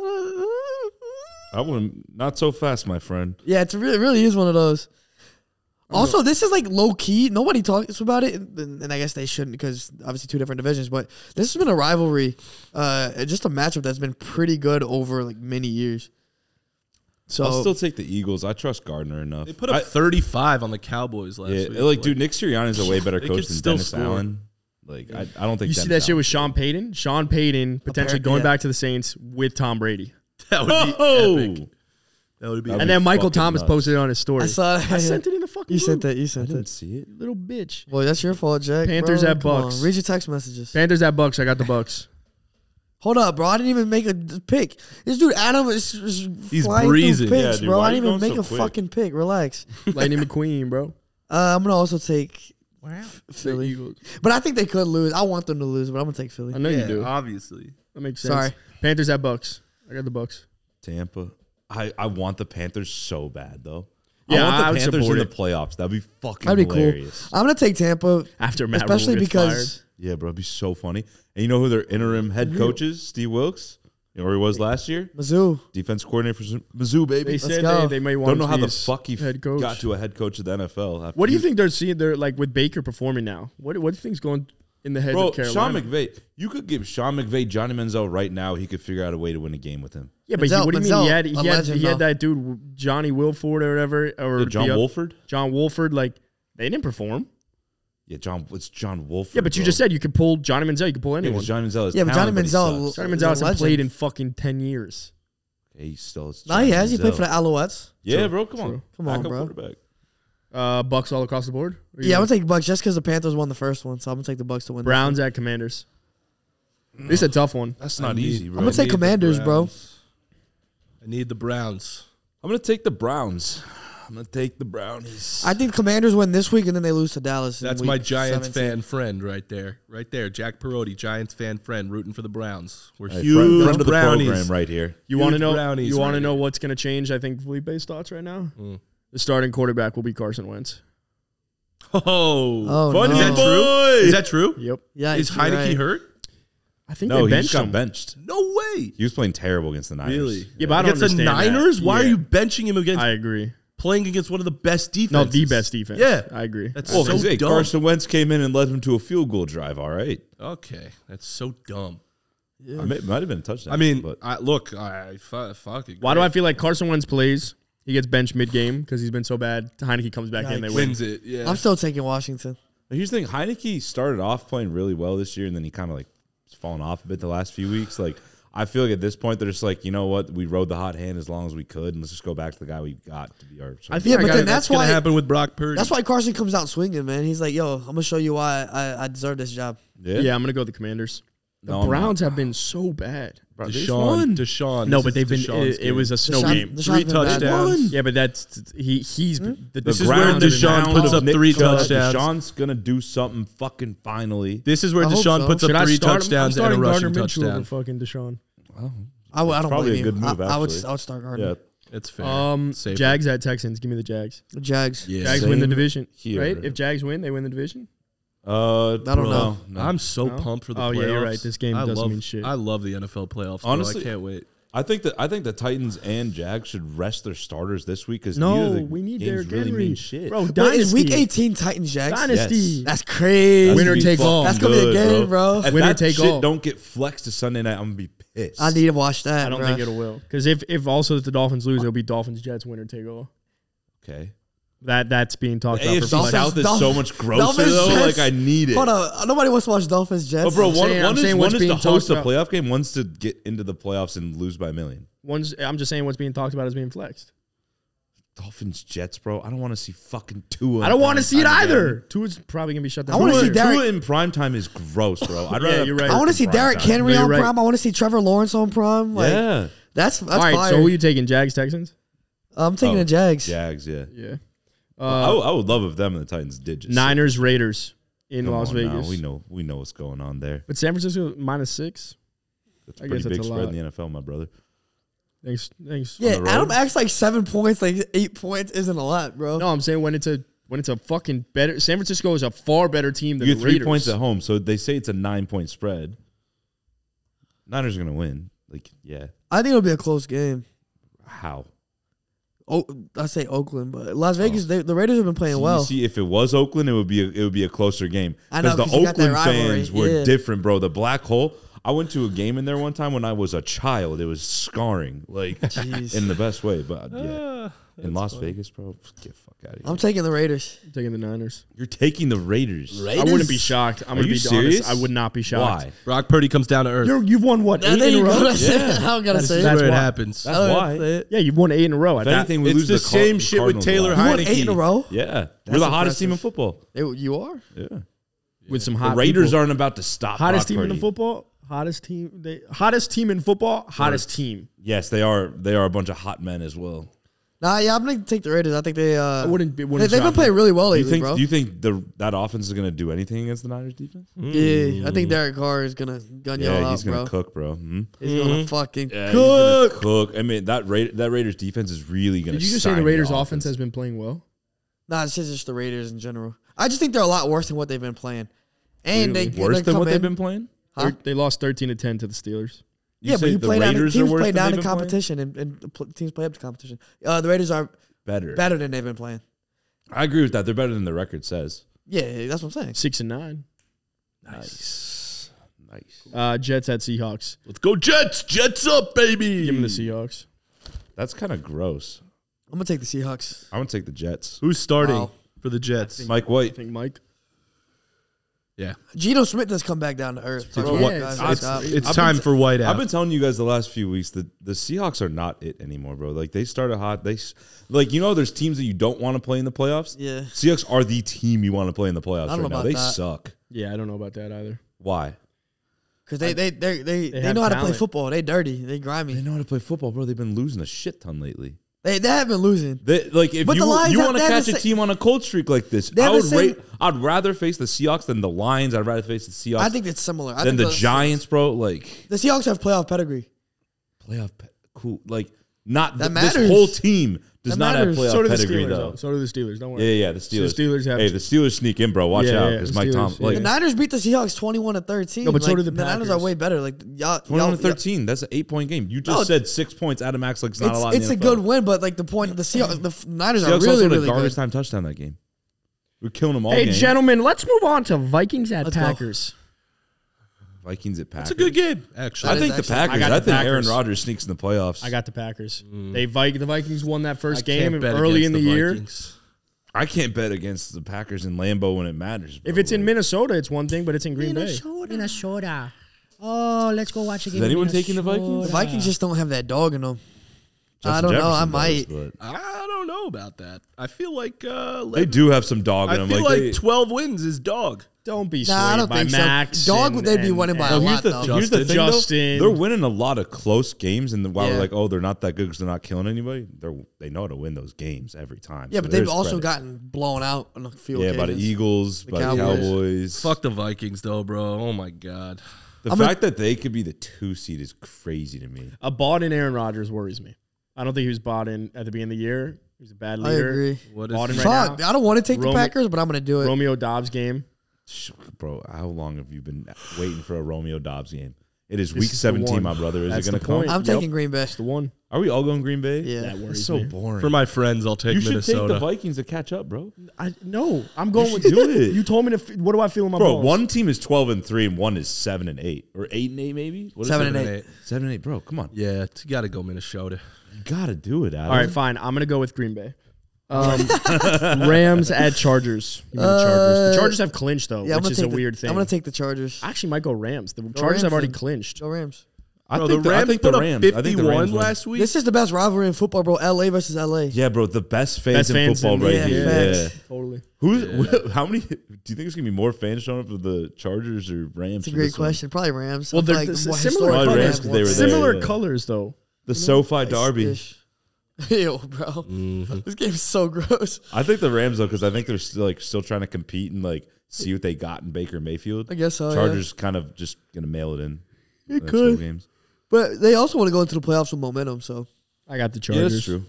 Speaker 3: I wouldn't. Not so fast, my friend.
Speaker 2: yeah, it's really, it really is one of those. Also, this is like low key. Nobody talks about it, and, and I guess they shouldn't because obviously two different divisions. But this has been a rivalry, uh, just a matchup that's been pretty good over like many years. So
Speaker 3: I'll still take the Eagles. I trust Gardner enough.
Speaker 4: They put up
Speaker 3: I-
Speaker 4: 35 on the Cowboys last
Speaker 3: yeah,
Speaker 4: week.
Speaker 3: like, dude, Nick Sirianni's a way better
Speaker 4: They
Speaker 3: coach
Speaker 4: could
Speaker 3: than
Speaker 4: still
Speaker 3: Dennis
Speaker 4: score.
Speaker 3: Allen. Like, I, I don't think
Speaker 1: You
Speaker 3: Dennis
Speaker 1: see that shit
Speaker 3: Allen-
Speaker 1: with Sean Payton? Sean Payton potentially
Speaker 2: Apparently,
Speaker 1: going
Speaker 2: yeah.
Speaker 1: back to the Saints with Tom Brady.
Speaker 4: that would be
Speaker 3: Oh!
Speaker 4: epic. That would be.
Speaker 3: That'd
Speaker 1: And
Speaker 3: be
Speaker 1: then Michael
Speaker 3: fucking
Speaker 1: Thomas
Speaker 3: nuts.
Speaker 1: posted it on his story.
Speaker 2: I saw.
Speaker 1: I sent it in the fucking
Speaker 2: You sent
Speaker 1: group,
Speaker 2: that. You sent
Speaker 3: I didn't
Speaker 2: that.
Speaker 3: see it.
Speaker 1: you Little bitch.
Speaker 2: Boy, that's your fault, Jack.
Speaker 1: Panthers
Speaker 2: bro.
Speaker 1: at
Speaker 2: Come on,
Speaker 1: Bucks.
Speaker 2: Read your text messages.
Speaker 1: Panthers at Bucks. I got the Bucks.
Speaker 2: Hold up, bro. I didn't even make a d- pick. This dude Adam is, is
Speaker 4: He's
Speaker 2: flying
Speaker 4: breezing.
Speaker 2: through picks,
Speaker 3: Yeah, dude,
Speaker 2: bro.
Speaker 3: why
Speaker 2: I
Speaker 3: you
Speaker 2: didn't even
Speaker 3: going
Speaker 2: make
Speaker 3: so
Speaker 2: a
Speaker 3: quick?
Speaker 2: fucking pick. Relax.
Speaker 1: Lightning McQueen, bro.
Speaker 2: Uh, I'm gonna also take,
Speaker 4: wow.
Speaker 1: Philly. Eagles.
Speaker 2: but I think they could lose. I want them to lose, but I'm gonna take Philly.
Speaker 1: I know you do.
Speaker 4: obviously.
Speaker 1: That makes sense.
Speaker 2: Sorry.
Speaker 1: Panthers at Bucks. I got the Bucks.
Speaker 3: Tampa. I, I want the Panthers so bad though.
Speaker 1: Yeah,
Speaker 3: I want the
Speaker 1: I would
Speaker 3: Panthers in
Speaker 1: support
Speaker 3: the
Speaker 1: it.
Speaker 3: playoffs. That'd be fucking
Speaker 2: That'd be
Speaker 3: hilarious.
Speaker 2: cool. I'm gonna take Tampa,
Speaker 1: After Matt Rule
Speaker 2: especially
Speaker 1: gets
Speaker 2: because
Speaker 1: fired.
Speaker 3: Yeah, bro, it'd be so funny. And you know who their interim head coach is? Steve Wilkes, you know where he was last year?
Speaker 2: Mizzou.
Speaker 3: Defense coordinator for Mizzou,
Speaker 1: they
Speaker 3: baby.
Speaker 1: said
Speaker 2: go.
Speaker 1: They, they may want.
Speaker 3: Don't know
Speaker 1: to
Speaker 3: how
Speaker 1: be
Speaker 3: the
Speaker 1: his
Speaker 3: fuck he
Speaker 1: head coach.
Speaker 3: got to a head coach of the NFL. After
Speaker 1: What do you
Speaker 3: he-
Speaker 1: think they're seeing? They're like with Baker performing now. What what do you think's going in the heads
Speaker 3: bro?
Speaker 1: of
Speaker 3: Sean
Speaker 1: Carolina?
Speaker 3: McVay. You could give Sean McVay Johnny Manziel right now. He could figure out a way to win a game with him.
Speaker 1: yeah, but he,
Speaker 2: Manziel-
Speaker 1: what do you mean?
Speaker 2: Manziel,
Speaker 1: He had he,
Speaker 2: a
Speaker 1: had,
Speaker 2: legend,
Speaker 1: he had
Speaker 2: though.
Speaker 1: that dude Johnny Wilford or whatever or
Speaker 3: Yeah, John
Speaker 1: the oth-
Speaker 3: Wolford.
Speaker 1: John Wolford. Like they didn't perform.
Speaker 3: Yeah, John. It's John Wolford.
Speaker 1: Yeah, but you
Speaker 3: bro.
Speaker 1: just said you could pull Johnny Manziel. You could pull
Speaker 3: yeah,
Speaker 1: anyone.
Speaker 3: because Johnny Manziel. Is
Speaker 2: Yeah, but Johnny
Speaker 3: talented, he
Speaker 2: Manziel-
Speaker 3: sucks.
Speaker 1: Johnny
Speaker 2: he's a
Speaker 1: Manziel hasn't
Speaker 2: legend.
Speaker 1: played in fucking ten years.
Speaker 3: Yeah, he still. is
Speaker 2: No, he
Speaker 3: Johnny
Speaker 2: has. He played
Speaker 3: Manziel.
Speaker 2: for the Alouettes.
Speaker 3: Yeah, bro, come
Speaker 1: True.
Speaker 3: on,
Speaker 2: Come on,
Speaker 3: Backup
Speaker 2: bro.
Speaker 3: Quarterback.
Speaker 1: Uh, Bucks all across the board. Or you
Speaker 2: Yeah, I'm
Speaker 1: going-
Speaker 2: gonna take Bucks just because the Panthers won the first one, so I'm gonna take the Bucks to win. this
Speaker 1: Browns at Commanders. This is a tough one.
Speaker 3: That's
Speaker 4: I
Speaker 3: not
Speaker 4: need-
Speaker 3: easy, bro.
Speaker 2: I'm gonna take
Speaker 4: need the
Speaker 2: Commanders, bro.
Speaker 4: Browns. I need the Browns.
Speaker 3: I'm gonna take the Browns. I'm gonna take the Brownies.
Speaker 2: one. I think Commanders win this week, and then they lose to Dallas. in
Speaker 4: That's
Speaker 2: week
Speaker 4: my Giants
Speaker 2: 17.
Speaker 4: fan friend right there, right there. Jack Perotti, Giants fan friend, rooting for the Browns. We're
Speaker 3: Hey,
Speaker 4: huge
Speaker 3: friend, friend of the
Speaker 4: Brownies.
Speaker 3: program right here.
Speaker 1: You
Speaker 4: Huge
Speaker 1: want to know?
Speaker 4: brownies
Speaker 1: you want
Speaker 4: right
Speaker 1: to know
Speaker 4: here.
Speaker 1: what's going to change? I think Felipe's thoughts right now.
Speaker 4: Mm.
Speaker 1: The starting quarterback will be Carson Wentz.
Speaker 4: Oh,
Speaker 2: Oh,
Speaker 4: Is that
Speaker 2: no.
Speaker 4: true? Is that true?
Speaker 1: Yep.
Speaker 2: Yeah,
Speaker 4: Is
Speaker 2: you're
Speaker 4: Heineke
Speaker 2: right.
Speaker 4: hurt?
Speaker 1: I think
Speaker 3: No,
Speaker 1: they
Speaker 3: he
Speaker 1: benched
Speaker 3: just got
Speaker 1: him.
Speaker 3: benched.
Speaker 4: No way.
Speaker 3: He was playing terrible against the Niners.
Speaker 4: Really?
Speaker 1: Yeah, but I don't
Speaker 4: Against the
Speaker 1: understand that.
Speaker 4: Niners? Why
Speaker 1: Yeah.
Speaker 4: are you benching him against
Speaker 1: I agree.
Speaker 4: playing against one of the best defenses.
Speaker 1: No, the best defense.
Speaker 4: Yeah.
Speaker 1: I agree.
Speaker 4: That's
Speaker 3: Well,
Speaker 4: so
Speaker 3: 'cause, hey,
Speaker 4: dumb.
Speaker 3: Carson Wentz came in and led them to a field goal drive. All right,
Speaker 4: Okay, that's so dumb.
Speaker 3: I may, might have been a touchdown.
Speaker 4: I mean,
Speaker 3: but
Speaker 4: I, look, I fu- fucking
Speaker 1: Why do I feel like Carson Wentz plays? He gets benched mid game because he's been so bad. Heineke comes back in, they
Speaker 2: Yikes.
Speaker 1: win.
Speaker 4: wins it? Yeah,
Speaker 2: I'm still taking Washington.
Speaker 3: here's the thing: Heineke started off playing really well this year, and then he kind of like has fallen off a bit the last few weeks. Like, I feel like at this point they're just like, you know what? We rode the hot hand as long as we could, and let's just go back to the guy we got to be our.
Speaker 1: I feel
Speaker 2: Yeah,
Speaker 4: I
Speaker 2: but
Speaker 4: got it.
Speaker 2: then that's,
Speaker 4: gonna
Speaker 2: why
Speaker 4: happen with Brock Purdy.
Speaker 2: that's why Carson comes out swinging, man. He's like, "Yo, I'm gonna show you why I, I deserve this job."
Speaker 3: yeah,
Speaker 1: Yeah, I'm gonna go with the Commanders. The
Speaker 3: No, I'm
Speaker 1: Browns have been so bad.
Speaker 3: Bro, they just
Speaker 4: Deshaun,
Speaker 3: won.
Speaker 4: Deshaun.
Speaker 1: No,
Speaker 4: this
Speaker 1: but
Speaker 4: is
Speaker 1: they've been.
Speaker 4: Deshaun's
Speaker 1: It, it
Speaker 4: game.
Speaker 1: was a snow
Speaker 2: Deshaun-
Speaker 1: game.
Speaker 2: Deshaun's
Speaker 4: three
Speaker 2: been bad.
Speaker 4: touchdowns.
Speaker 1: Yeah, but that's he. He's the,
Speaker 3: The
Speaker 4: This is
Speaker 3: Browns
Speaker 4: where
Speaker 3: are down
Speaker 4: Deshaun puts
Speaker 3: with
Speaker 4: up
Speaker 3: Nick
Speaker 4: three
Speaker 3: Chubb.
Speaker 4: touchdowns.
Speaker 3: Deshaun's gonna do something fucking finally.
Speaker 4: This is where
Speaker 2: I hope
Speaker 4: Deshaun
Speaker 2: so.
Speaker 4: puts up
Speaker 1: Should I
Speaker 4: three
Speaker 1: start him? I'm
Speaker 4: touchdowns and a
Speaker 1: starting
Speaker 4: rushing
Speaker 1: Gardner Minshew
Speaker 4: touchdown.
Speaker 1: over fucking Deshaun.
Speaker 2: I, w- I don't
Speaker 3: probably a
Speaker 2: blame you.
Speaker 3: good move,
Speaker 2: I, I would
Speaker 3: actually.
Speaker 2: I would start Gardner.
Speaker 3: Yeah,
Speaker 4: It's fair.
Speaker 1: Um,
Speaker 4: Safer.
Speaker 1: Jags at Texans. Give me the Jags.
Speaker 2: Jags.
Speaker 4: Yeah.
Speaker 1: Jags win the
Speaker 3: Same
Speaker 1: division,
Speaker 3: here.
Speaker 1: right? If Jags win, they win the division.
Speaker 3: Uh, I
Speaker 2: don't know.
Speaker 4: I'm so
Speaker 1: No?
Speaker 4: pumped for the
Speaker 1: Oh,
Speaker 4: playoffs.
Speaker 1: yeah, you're right. This game
Speaker 4: I
Speaker 1: doesn't
Speaker 4: love,
Speaker 1: mean shit.
Speaker 4: I love the NFL playoffs. Honestly,
Speaker 3: Honestly-
Speaker 4: I can't wait.
Speaker 3: I think that I think the Titans and Jags should rest their starters this week because
Speaker 1: No, we need Derrick
Speaker 3: really
Speaker 1: Henry.
Speaker 3: mean shit.
Speaker 1: Bro,
Speaker 2: Wait, is
Speaker 1: Dynasty.
Speaker 2: Week 18 Titans Jags?
Speaker 1: Dynasty.
Speaker 3: Yes.
Speaker 2: That's crazy.
Speaker 3: That's
Speaker 1: Winner
Speaker 3: gonna be
Speaker 1: take
Speaker 3: fucking
Speaker 1: all.
Speaker 2: That's gonna be a
Speaker 3: good,
Speaker 2: game, bro.
Speaker 3: If
Speaker 1: Winner
Speaker 3: that
Speaker 1: take
Speaker 3: shit
Speaker 1: all.
Speaker 3: Don't get flexed to Sunday night. I'm gonna be pissed.
Speaker 2: I need to watch that.
Speaker 1: I don't
Speaker 2: bruh.
Speaker 1: think it will. Because if if also if the Dolphins lose, it'll be Dolphins Jets winner take all.
Speaker 3: okay.
Speaker 1: That that's being talked about
Speaker 3: AFC
Speaker 1: for
Speaker 3: South
Speaker 1: Sunday.
Speaker 3: is so
Speaker 2: Dolphins-
Speaker 3: much grosser
Speaker 2: Dolphins,
Speaker 3: though.
Speaker 2: Jets.
Speaker 3: Like I need it.
Speaker 2: Hold on, Uh, nobody wants to watch Dolphins Jets.
Speaker 3: But bro,
Speaker 1: I'm
Speaker 3: one,
Speaker 1: saying- I'm
Speaker 3: one is
Speaker 1: saying
Speaker 3: one
Speaker 1: what's
Speaker 3: is to
Speaker 1: being
Speaker 3: host a
Speaker 1: talked
Speaker 3: playoff game, one's to get into the playoffs and lose by a million.
Speaker 1: One's, I'm just saying what's being talked about is being flexed.
Speaker 3: Dolphins Jets, bro. I don't want to see fucking Tua.
Speaker 1: I don't want to
Speaker 3: prime
Speaker 1: see it
Speaker 3: time again.
Speaker 1: either. Tua's probably gonna be shut down.
Speaker 2: I wanna
Speaker 1: Tua-
Speaker 2: see Derrick-
Speaker 3: Tua in prime time is gross, bro. I'd rather. have
Speaker 1: you're right.
Speaker 2: I
Speaker 3: Kirk
Speaker 2: want
Speaker 3: in
Speaker 2: to see
Speaker 3: prime
Speaker 2: Derrick
Speaker 3: time.
Speaker 2: Henry
Speaker 1: No, you're
Speaker 2: on
Speaker 1: right.
Speaker 2: prime. I want to see Trevor Lawrence on prime. Like
Speaker 3: yeah.
Speaker 2: that's that's
Speaker 1: All right,
Speaker 2: fire.
Speaker 1: so who are you taking? Jags Texans.
Speaker 2: I'm taking
Speaker 3: Oh,
Speaker 2: the Jags.
Speaker 3: Jags, yeah.
Speaker 1: Yeah.
Speaker 3: I,
Speaker 1: Uh,
Speaker 3: w- I would love if them and the Titans did just
Speaker 1: Niners Raiders in
Speaker 3: Come
Speaker 1: Las
Speaker 3: on now,
Speaker 1: Vegas.
Speaker 3: We know we know what's going on there.
Speaker 1: But San Francisco minus six.
Speaker 3: That's a
Speaker 1: I
Speaker 3: pretty
Speaker 1: guess that's
Speaker 3: big
Speaker 1: a
Speaker 3: spread
Speaker 1: lot.
Speaker 3: in the NFL, my brother.
Speaker 1: Thanks. Thanks.
Speaker 2: Yeah,
Speaker 3: the road.
Speaker 2: Adam acts like seven points, like eight points isn't a lot, bro.
Speaker 1: No, I'm saying when it's a when it's a fucking better. San Francisco is a far better team than
Speaker 3: You're
Speaker 1: the
Speaker 3: three
Speaker 1: Raiders.
Speaker 3: points at home, so they say it's a nine point spread. Niners are gonna win. Like, yeah.
Speaker 2: I think it'll be a close game.
Speaker 3: How?
Speaker 2: Oh, I say Oakland, but Las Vegas, they, the Raiders have been playing
Speaker 3: See,
Speaker 2: well.
Speaker 3: you see, if it was Oakland, it would be a, it would be a closer game
Speaker 2: I know,
Speaker 3: because the
Speaker 2: 'cause you got that
Speaker 3: Oakland
Speaker 2: rivalry,
Speaker 3: fans were
Speaker 2: yeah.
Speaker 3: different, bro. The black hole. I went to a game in there one time when I was a child. It was scarring, like
Speaker 2: Jeez.
Speaker 3: in the best way. But yeah,
Speaker 4: Ah,
Speaker 3: in Las Vegas, bro, get the fuck out of here.
Speaker 2: I'm taking the Raiders.
Speaker 1: I'm taking the Niners.
Speaker 3: You're taking the Raiders.
Speaker 1: I wouldn't be shocked. I'm
Speaker 3: Are
Speaker 1: gonna
Speaker 3: you
Speaker 1: be
Speaker 3: serious?
Speaker 1: honest. I would not be shocked.
Speaker 3: Why?
Speaker 4: Brock Purdy comes down to earth.
Speaker 1: You're, you've won what?
Speaker 2: Now,
Speaker 1: Eight
Speaker 2: there
Speaker 1: in a
Speaker 2: you
Speaker 1: row?
Speaker 2: go. That's it. I don't gotta say
Speaker 4: That's,
Speaker 2: it.
Speaker 4: where it
Speaker 1: why.
Speaker 4: happens.
Speaker 2: I don't
Speaker 3: That's
Speaker 2: gotta
Speaker 3: why.
Speaker 2: say Oh, it.
Speaker 1: Yeah, you've won eight in a row. I
Speaker 3: If
Speaker 1: doubt-
Speaker 3: anything, we lose
Speaker 4: it's the
Speaker 3: Car-
Speaker 4: same shit
Speaker 3: Cardinals
Speaker 4: with Taylor
Speaker 3: lost.
Speaker 2: You won eight in a
Speaker 4: Heineke.
Speaker 2: row.
Speaker 3: Yeah, we're
Speaker 2: That's
Speaker 3: the hottest
Speaker 2: impressive.
Speaker 3: team in football.
Speaker 2: It- you are.
Speaker 3: Yeah,
Speaker 1: with some
Speaker 3: the
Speaker 1: hot
Speaker 3: Raiders
Speaker 1: people.
Speaker 3: aren't about to stop.
Speaker 1: hottest
Speaker 3: Brock
Speaker 1: team in
Speaker 3: Purdy.
Speaker 1: the football. Hottest team. They, hottest team in football. Hottest team.
Speaker 3: Yes, they are. They are a bunch of hot men as well.
Speaker 2: Nah, yeah, I'm gonna take the Raiders. I think they. Uh,
Speaker 1: I wouldn't be.
Speaker 2: they,
Speaker 1: Wouldn't
Speaker 2: they've been
Speaker 1: shock me.
Speaker 2: playing really well
Speaker 3: Do you
Speaker 2: lately,
Speaker 3: think?
Speaker 2: bro.
Speaker 3: Do you think the that offense is going to do anything against the Niners defense?
Speaker 2: Mm-hmm.
Speaker 1: Mm.
Speaker 2: yeah, I think Derek Carr is gonna gun y'all
Speaker 3: Yeah, he's
Speaker 2: out,
Speaker 3: going
Speaker 2: bro.
Speaker 3: to cook, bro. Hmm?
Speaker 2: He's
Speaker 1: Mm-hmm.
Speaker 2: gonna fucking
Speaker 3: Yeah, he's gonna
Speaker 2: cook.
Speaker 3: cook. I mean, that Ra- that Raiders defense is really going to.
Speaker 1: Did you just say the Raiders' offense has been playing well?
Speaker 2: Nah, it's just the Raiders in general. I just think they're a lot worse than what they've been playing, and they
Speaker 3: worse
Speaker 2: they
Speaker 3: than
Speaker 2: come
Speaker 3: what
Speaker 2: in,
Speaker 3: they've been playing?
Speaker 2: Huh?
Speaker 1: They- They lost thirteen to ten to the Steelers.
Speaker 2: yeah, but
Speaker 3: say
Speaker 2: you
Speaker 3: the
Speaker 2: play down to,
Speaker 3: Raiders are
Speaker 2: teams
Speaker 3: worse
Speaker 2: play
Speaker 3: than
Speaker 2: down
Speaker 3: they've
Speaker 2: to
Speaker 3: been playing?
Speaker 2: competition, and, and the pl- teams play up to competition. Uh, the Raiders are
Speaker 3: Better.
Speaker 2: better than they've been playing.
Speaker 3: I agree with that. They're better than the record says.
Speaker 2: Yeah, yeah, that's what I'm saying.
Speaker 1: Six and nine.
Speaker 3: Nice, nice.
Speaker 1: Uh, Jets at Seahawks.
Speaker 4: Let's go Jets! Jets up, baby!
Speaker 1: Give them the Seahawks.
Speaker 3: That's kind of gross.
Speaker 2: I'm gonna take the Seahawks.
Speaker 3: I would take the Jets.
Speaker 4: Who's starting
Speaker 2: Wow.
Speaker 4: for the Jets?
Speaker 3: Mike White.
Speaker 1: I think Mike.
Speaker 4: Yeah.
Speaker 2: Geno Smith has come back down to earth.
Speaker 1: Dude,
Speaker 2: bro.
Speaker 1: what-
Speaker 2: Guys,
Speaker 1: it's-
Speaker 2: stop.
Speaker 4: It's
Speaker 3: I've been
Speaker 4: time
Speaker 3: t-
Speaker 4: for White out.
Speaker 3: I've been telling you guys the last few weeks that the Seahawks are not it anymore, bro. Like they started hot. They s- like you know there's teams that you don't want to play in the playoffs.
Speaker 2: Yeah.
Speaker 3: Seahawks are the team you want to play in the playoffs
Speaker 2: I don't
Speaker 3: right
Speaker 2: know
Speaker 3: now.
Speaker 2: about
Speaker 3: They
Speaker 2: that.
Speaker 3: suck.
Speaker 1: Yeah, I don't know about that either.
Speaker 3: Why?
Speaker 2: Because they, they, they, they, they,
Speaker 1: have
Speaker 2: know how to play
Speaker 1: talent.
Speaker 2: football. They dirty. They
Speaker 3: They
Speaker 2: grimy.
Speaker 3: know how to play football, bro. They've been losing a shit ton lately.
Speaker 2: They, they have been losing.
Speaker 3: They, like if
Speaker 2: But
Speaker 3: you
Speaker 2: the Lions
Speaker 3: you
Speaker 2: have-
Speaker 3: want to
Speaker 2: they have
Speaker 3: catch
Speaker 2: the
Speaker 3: a
Speaker 2: sa-
Speaker 3: team on a cold streak like this,
Speaker 2: They have
Speaker 3: I
Speaker 2: the
Speaker 3: would
Speaker 2: same-
Speaker 3: rate, I'd rather face the Seahawks than the Lions. I'd rather face the Seahawks
Speaker 2: I think it's similar. I
Speaker 3: than
Speaker 2: think
Speaker 3: the Giants, bro. Like
Speaker 2: The Seahawks have playoff pedigree.
Speaker 3: playoff pe- cool. Like not
Speaker 2: That
Speaker 3: th- this
Speaker 2: matters.
Speaker 3: whole team does
Speaker 2: That
Speaker 3: not have
Speaker 2: matters.
Speaker 3: playoff
Speaker 1: So do the
Speaker 3: pedigree
Speaker 1: Steelers.
Speaker 3: though.
Speaker 1: though. So do the Steelers. Don't worry.
Speaker 3: Yeah, yeah, the Steelers.
Speaker 1: Steelers have-
Speaker 3: hey, the Steelers sneak in, bro. Watch
Speaker 1: Yeah, yeah,
Speaker 3: out,
Speaker 1: yeah,
Speaker 3: because
Speaker 1: the
Speaker 3: Mike
Speaker 1: Steelers,
Speaker 3: Tom.
Speaker 1: yeah.
Speaker 3: Like,
Speaker 2: The Niners beat the Seahawks twenty-one to thirteen.
Speaker 1: No, but so did
Speaker 2: Like,
Speaker 1: the
Speaker 2: Niners are
Speaker 1: Packers.
Speaker 2: way better. Like y'all, y'all,
Speaker 3: 21 to 13. That's an eight point game. You just
Speaker 2: No,
Speaker 3: said six points out of Max. Like, it's not
Speaker 2: it's,
Speaker 3: a lot. in
Speaker 2: it's
Speaker 3: the
Speaker 2: a
Speaker 3: NFL.
Speaker 2: good win, but like the point, the Seahawks, the f- Niners
Speaker 3: Seahawks
Speaker 2: are really,
Speaker 3: also had a
Speaker 2: really
Speaker 3: garbage
Speaker 2: good.
Speaker 3: time touchdown that game. We're killing them all.
Speaker 1: Hey,
Speaker 3: game.
Speaker 1: gentlemen, let's move on to Vikings at
Speaker 2: Let's go.
Speaker 1: Packers.
Speaker 3: Vikings at Packers.
Speaker 4: It's a good game, actually.
Speaker 3: I
Speaker 2: That
Speaker 3: think the
Speaker 2: is actually-
Speaker 3: Packers. I,
Speaker 1: I got
Speaker 3: think
Speaker 1: the
Speaker 3: Aaron
Speaker 1: Packers.
Speaker 3: Rodgers sneaks in the playoffs.
Speaker 1: I got the Packers. They Vi- the Vikings won that first
Speaker 4: I
Speaker 1: game
Speaker 4: can't bet
Speaker 1: early
Speaker 4: against
Speaker 1: in the, year.
Speaker 4: Vikings.
Speaker 3: I can't bet against the Packers in Lambeau when it matters.
Speaker 1: If
Speaker 3: bro.
Speaker 1: it's in Minnesota, it's one thing, but it's in Green
Speaker 5: Minnesota. Oh, let's go watch a game.
Speaker 3: Is
Speaker 5: in
Speaker 3: anyone taking the Vikings?
Speaker 2: The
Speaker 5: Minnesota.
Speaker 2: Vikings just don't have that dog in them. I don't
Speaker 3: Justin
Speaker 2: know.
Speaker 3: Jefferson
Speaker 2: I
Speaker 3: does,
Speaker 2: might.
Speaker 3: but
Speaker 4: I don't know about that. I feel like uh,
Speaker 3: They do have some dog
Speaker 4: I
Speaker 3: in
Speaker 4: feel
Speaker 3: them.
Speaker 4: like,
Speaker 3: Like, they-
Speaker 4: twelve wins is dog.
Speaker 1: Bay. Don't be swayed
Speaker 2: Nah, I don't
Speaker 1: by
Speaker 2: think so.
Speaker 1: Max.
Speaker 2: Dog,
Speaker 1: and-
Speaker 2: they'd be
Speaker 1: and-
Speaker 2: winning by a
Speaker 1: and-
Speaker 2: lot.
Speaker 3: here's the,
Speaker 2: though.
Speaker 3: here's the thing, though.
Speaker 1: Justin.
Speaker 3: They're winning a lot of close games, and while
Speaker 2: Yeah.
Speaker 3: we're like, oh, they're not that good because they're not killing anybody, they're they know how to win those games every time.
Speaker 2: Yeah,
Speaker 3: So
Speaker 2: but they've
Speaker 3: there's
Speaker 2: also
Speaker 3: credit.
Speaker 2: gotten blown out on a few
Speaker 3: yeah by the
Speaker 2: occasions.
Speaker 3: Eagles, by the
Speaker 2: Cowboys.
Speaker 3: Cowboys.
Speaker 4: Fuck the Vikings though, bro. Oh my god.
Speaker 3: the
Speaker 2: I'm
Speaker 3: fact that they could be the two seed is crazy to me.
Speaker 1: A bought in Aaron Rodgers worries me. I don't think he was bought in at the beginning of the year. He was a bad
Speaker 2: I
Speaker 1: leader.
Speaker 2: agree.
Speaker 4: What
Speaker 1: Bought in
Speaker 4: is
Speaker 1: right
Speaker 2: Fuck,
Speaker 1: now.
Speaker 2: I don't want to take
Speaker 1: Rome-
Speaker 2: the Packers, but I'm gonna do it.
Speaker 1: Romeo Dobbs game.
Speaker 3: Sh- Bro, how long have you been waiting for a Romeo Dobbs game? It is
Speaker 1: This
Speaker 3: week
Speaker 1: is the
Speaker 3: 17,
Speaker 1: one.
Speaker 3: my brother. Is
Speaker 1: That's
Speaker 3: it going
Speaker 1: the
Speaker 3: to come?
Speaker 1: point.
Speaker 2: I'm
Speaker 1: Yep.
Speaker 2: taking Green Bay.
Speaker 1: It's the one.
Speaker 3: Are we all going Green Bay?
Speaker 2: Yeah,
Speaker 1: That
Speaker 3: That's
Speaker 1: worries
Speaker 3: so
Speaker 1: me.
Speaker 3: boring.
Speaker 4: for my friends? I'll take
Speaker 3: you should take
Speaker 4: Minnesota.
Speaker 3: the Vikings to catch up, bro.
Speaker 1: I, no, I'm going with
Speaker 3: should do it.
Speaker 1: You told me to. f- What do I feel in my
Speaker 3: Bro,
Speaker 1: balls?
Speaker 3: one team is 12 and 3 and one is 7 and 8 or 8 and 8 maybe? What is
Speaker 2: Seven
Speaker 3: it?
Speaker 2: and
Speaker 4: Minnesota.
Speaker 3: 7 and 8, bro. Come on.
Speaker 4: Yeah, you got to go Minnesota.
Speaker 3: You got to do it, Adam.
Speaker 1: All right, fine. I'm gonna go with Green Bay. Um, Rams at Chargers. Give me the Chargers. The
Speaker 2: Uh,
Speaker 1: Chargers have clinched though,
Speaker 2: Yeah, I'm
Speaker 1: which
Speaker 2: gonna
Speaker 1: is a
Speaker 2: take the,
Speaker 1: weird thing.
Speaker 2: I'm gonna take the Chargers.
Speaker 1: I actually might go Rams. The Chargers
Speaker 2: Rams
Speaker 1: have already
Speaker 2: then.
Speaker 1: clinched.
Speaker 2: Go Rams.
Speaker 3: I,
Speaker 4: Bro,
Speaker 3: think
Speaker 4: the
Speaker 3: the, I
Speaker 4: Rams
Speaker 3: think
Speaker 4: put
Speaker 3: the
Speaker 4: up
Speaker 3: Rams. I think the Rams
Speaker 4: 51
Speaker 3: win.
Speaker 4: last week.
Speaker 2: This is the best rivalry in football, bro. LA versus LA.
Speaker 3: Yeah, bro, the best fans
Speaker 1: Best
Speaker 3: in
Speaker 1: fans
Speaker 3: football
Speaker 1: in-
Speaker 3: right
Speaker 2: yeah,
Speaker 3: here.
Speaker 2: facts.
Speaker 3: Yeah.
Speaker 1: Totally.
Speaker 3: Who's how many do you think it's going to be more fans showing up for the Chargers or
Speaker 2: It's
Speaker 3: Rams?
Speaker 2: a
Speaker 3: for
Speaker 2: great
Speaker 3: this one?
Speaker 2: question. Probably Rams.
Speaker 1: Well,
Speaker 2: I feel
Speaker 1: they're-
Speaker 2: like
Speaker 1: this is
Speaker 2: what
Speaker 1: similar
Speaker 2: historically
Speaker 3: Probably Rams
Speaker 2: have
Speaker 3: 'cause
Speaker 2: won
Speaker 3: they were
Speaker 2: that.
Speaker 3: there,
Speaker 1: Similar
Speaker 3: yeah.
Speaker 1: colors though.
Speaker 3: The SoFi Derby.
Speaker 2: Ish. Ew, bro.
Speaker 1: Mm-hmm.
Speaker 2: This game's so gross.
Speaker 3: I think the Rams though, because I think they're still like still trying to compete and like see what they got in Baker Mayfield.
Speaker 2: I guess so, yeah.
Speaker 3: Chargers kind of just gonna mail it in. It
Speaker 2: could. But they also want to go into the playoffs with momentum. So
Speaker 1: I got the
Speaker 3: Yeah,
Speaker 1: Chargers.
Speaker 3: that's true.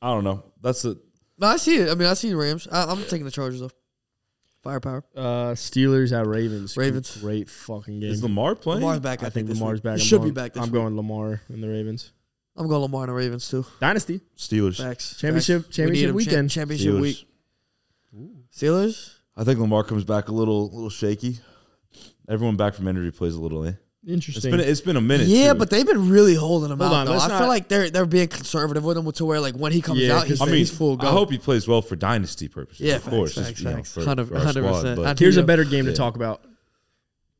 Speaker 3: I don't know. That's a
Speaker 2: no, I see it. I mean, I see the Rams. I, I'm taking the Chargers though. Firepower.
Speaker 1: Uh, Steelers at Ravens.
Speaker 2: Ravens.
Speaker 1: Great fucking game.
Speaker 3: is Lamar playing?
Speaker 2: Lamar's back.
Speaker 1: I think
Speaker 2: this
Speaker 1: Lamar's
Speaker 2: week.
Speaker 1: back.
Speaker 2: He
Speaker 1: I'm
Speaker 2: should
Speaker 1: going-
Speaker 2: be back. This
Speaker 1: I'm
Speaker 2: week.
Speaker 1: going Lamar and the Ravens.
Speaker 2: I'm going Lamar and the Ravens too.
Speaker 1: Dynasty
Speaker 3: Steelers.
Speaker 2: Facts.
Speaker 1: Championship-
Speaker 2: Facts. We need
Speaker 1: championship
Speaker 2: him.
Speaker 1: weekend.
Speaker 2: championship
Speaker 3: Steelers.
Speaker 2: week. Steelers.
Speaker 3: I think Lamar comes back a little little shaky. Everyone back from injury plays a little. Eh? It's
Speaker 1: Interesting.
Speaker 3: been it's been a minute.
Speaker 2: Yeah,
Speaker 3: too.
Speaker 2: but they've been really holding him
Speaker 1: Hold
Speaker 2: out.
Speaker 1: on,
Speaker 2: though.
Speaker 1: let's
Speaker 2: I
Speaker 1: not-
Speaker 2: feel like they're they're being conservative with him to where like when he comes
Speaker 1: Yeah,
Speaker 2: out, he's,
Speaker 1: I
Speaker 3: I mean,
Speaker 2: he's full go.
Speaker 3: I hope he plays well for dynasty purposes.
Speaker 2: Yeah,
Speaker 3: of
Speaker 2: facts,
Speaker 3: course, just,
Speaker 2: facts,
Speaker 3: you know,
Speaker 2: facts.
Speaker 3: for- for
Speaker 2: 100
Speaker 3: our squad,
Speaker 2: 100%.
Speaker 3: but-
Speaker 2: I do.
Speaker 1: Here's a better game
Speaker 3: Yeah.
Speaker 1: to talk about.